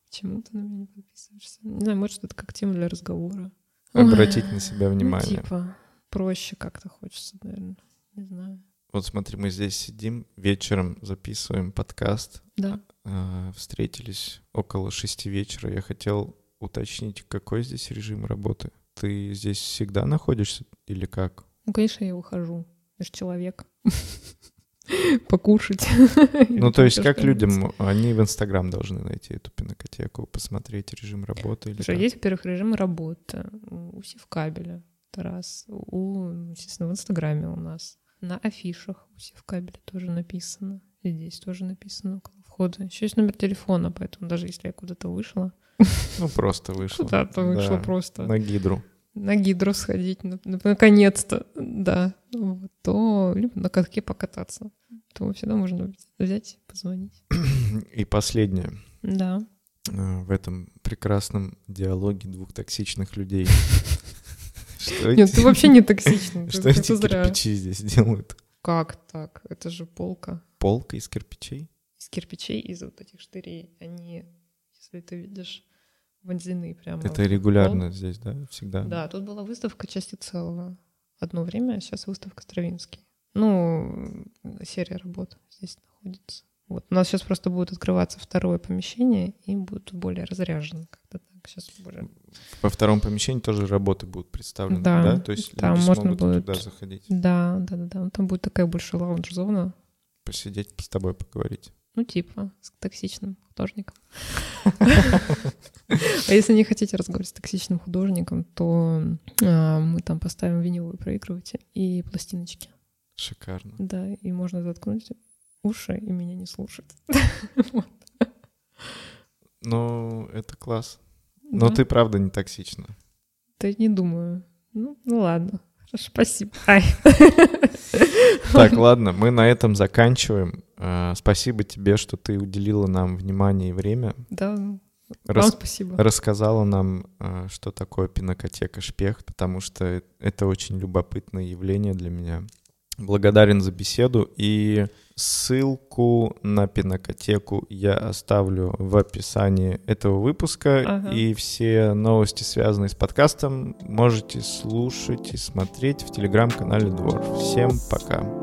[SPEAKER 2] Почему ты на меня не подписываешься? Не знаю, может, это как тема для разговора.
[SPEAKER 1] Обратить на себя внимание.
[SPEAKER 2] Ну, типа, проще как-то хочется, наверное. Не знаю.
[SPEAKER 1] Вот смотри, мы здесь сидим, вечером записываем подкаст.
[SPEAKER 2] Да.
[SPEAKER 1] А, встретились около шести вечера. Я хотел уточнить, какой здесь режим работы. Ты здесь всегда находишься или как?
[SPEAKER 2] Ну, конечно, я ухожу. Я же человек. Покушать.
[SPEAKER 1] Ну, то есть как людям, они в Инстаграм должны найти эту пинокотеку, посмотреть режим работы или
[SPEAKER 2] Есть, во-первых, режим работы у Севкабеля. Это раз. У, естественно, в Инстаграме у нас. На афишах у Севкабеля тоже написано. И здесь тоже написано около входа. Еще есть номер телефона, поэтому даже если я куда-то вышла...
[SPEAKER 1] Ну, просто вышла.
[SPEAKER 2] Куда-то вышла
[SPEAKER 1] Да,
[SPEAKER 2] просто.
[SPEAKER 1] На гидру.
[SPEAKER 2] На гидру сходить, на- на- наконец-то, да. Вот, то либо на катке покататься. То всегда можно взять, позвонить.
[SPEAKER 1] И последнее. Э,
[SPEAKER 2] Да.
[SPEAKER 1] В этом прекрасном диалоге двух токсичных людей.
[SPEAKER 2] Что Нет, эти... ты вообще не токсичный.
[SPEAKER 1] Что эти кирпичи здесь делают?
[SPEAKER 2] Как так? Это же полка.
[SPEAKER 1] Полка из кирпичей?
[SPEAKER 2] из кирпичей, из вот этих штырей. Они, если ты видишь, вонзены прямо.
[SPEAKER 1] Это
[SPEAKER 2] в
[SPEAKER 1] регулярно
[SPEAKER 2] пол.
[SPEAKER 1] здесь, да, всегда?
[SPEAKER 2] Ну, Да, тут была выставка части целого. Одно время, а сейчас выставка Стравинский. Ну, серия работ здесь находится. Вот. У нас сейчас просто будет открываться второе помещение, и будет более разряжено как-то так. Сейчас более...
[SPEAKER 1] Во втором помещении тоже работы будут представлены, да?
[SPEAKER 2] Да,
[SPEAKER 1] То есть
[SPEAKER 2] там
[SPEAKER 1] люди
[SPEAKER 2] можно
[SPEAKER 1] смогут
[SPEAKER 2] будет-
[SPEAKER 1] туда заходить,
[SPEAKER 2] Да, да, да, да. Ну, Там будет такая больше лаунж-зона,
[SPEAKER 1] посидеть, с тобой поговорить.
[SPEAKER 2] ну, типа, с токсичным художником. А если не хотите разговаривать с токсичным художником, то а, мы там поставим виниловый проигрыватель и пластиночки.
[SPEAKER 1] Шикарно.
[SPEAKER 2] Да, и можно заткнуть уши и меня не слушать.
[SPEAKER 1] Ну, это класс. Но
[SPEAKER 2] Да.
[SPEAKER 1] ты правда не токсична.
[SPEAKER 2] Да я не думаю. Ну, ну ладно. Хорошо, спасибо. Ай.
[SPEAKER 1] Так, ладно, мы на этом заканчиваем. Э, Спасибо тебе, что ты уделила нам внимание и время.
[SPEAKER 2] Да, ну,
[SPEAKER 1] Рас-
[SPEAKER 2] вам спасибо.
[SPEAKER 1] Рассказала нам, э, что такое пинокотека Шпех, потому что э- это очень любопытное явление для меня. Благодарен за беседу и ссылку на пинокотеку я оставлю в описании этого выпуска.
[SPEAKER 2] Ага.
[SPEAKER 1] И все новости, связанные с подкастом, можете слушать и смотреть в телеграм-канале Двор. Всем пока.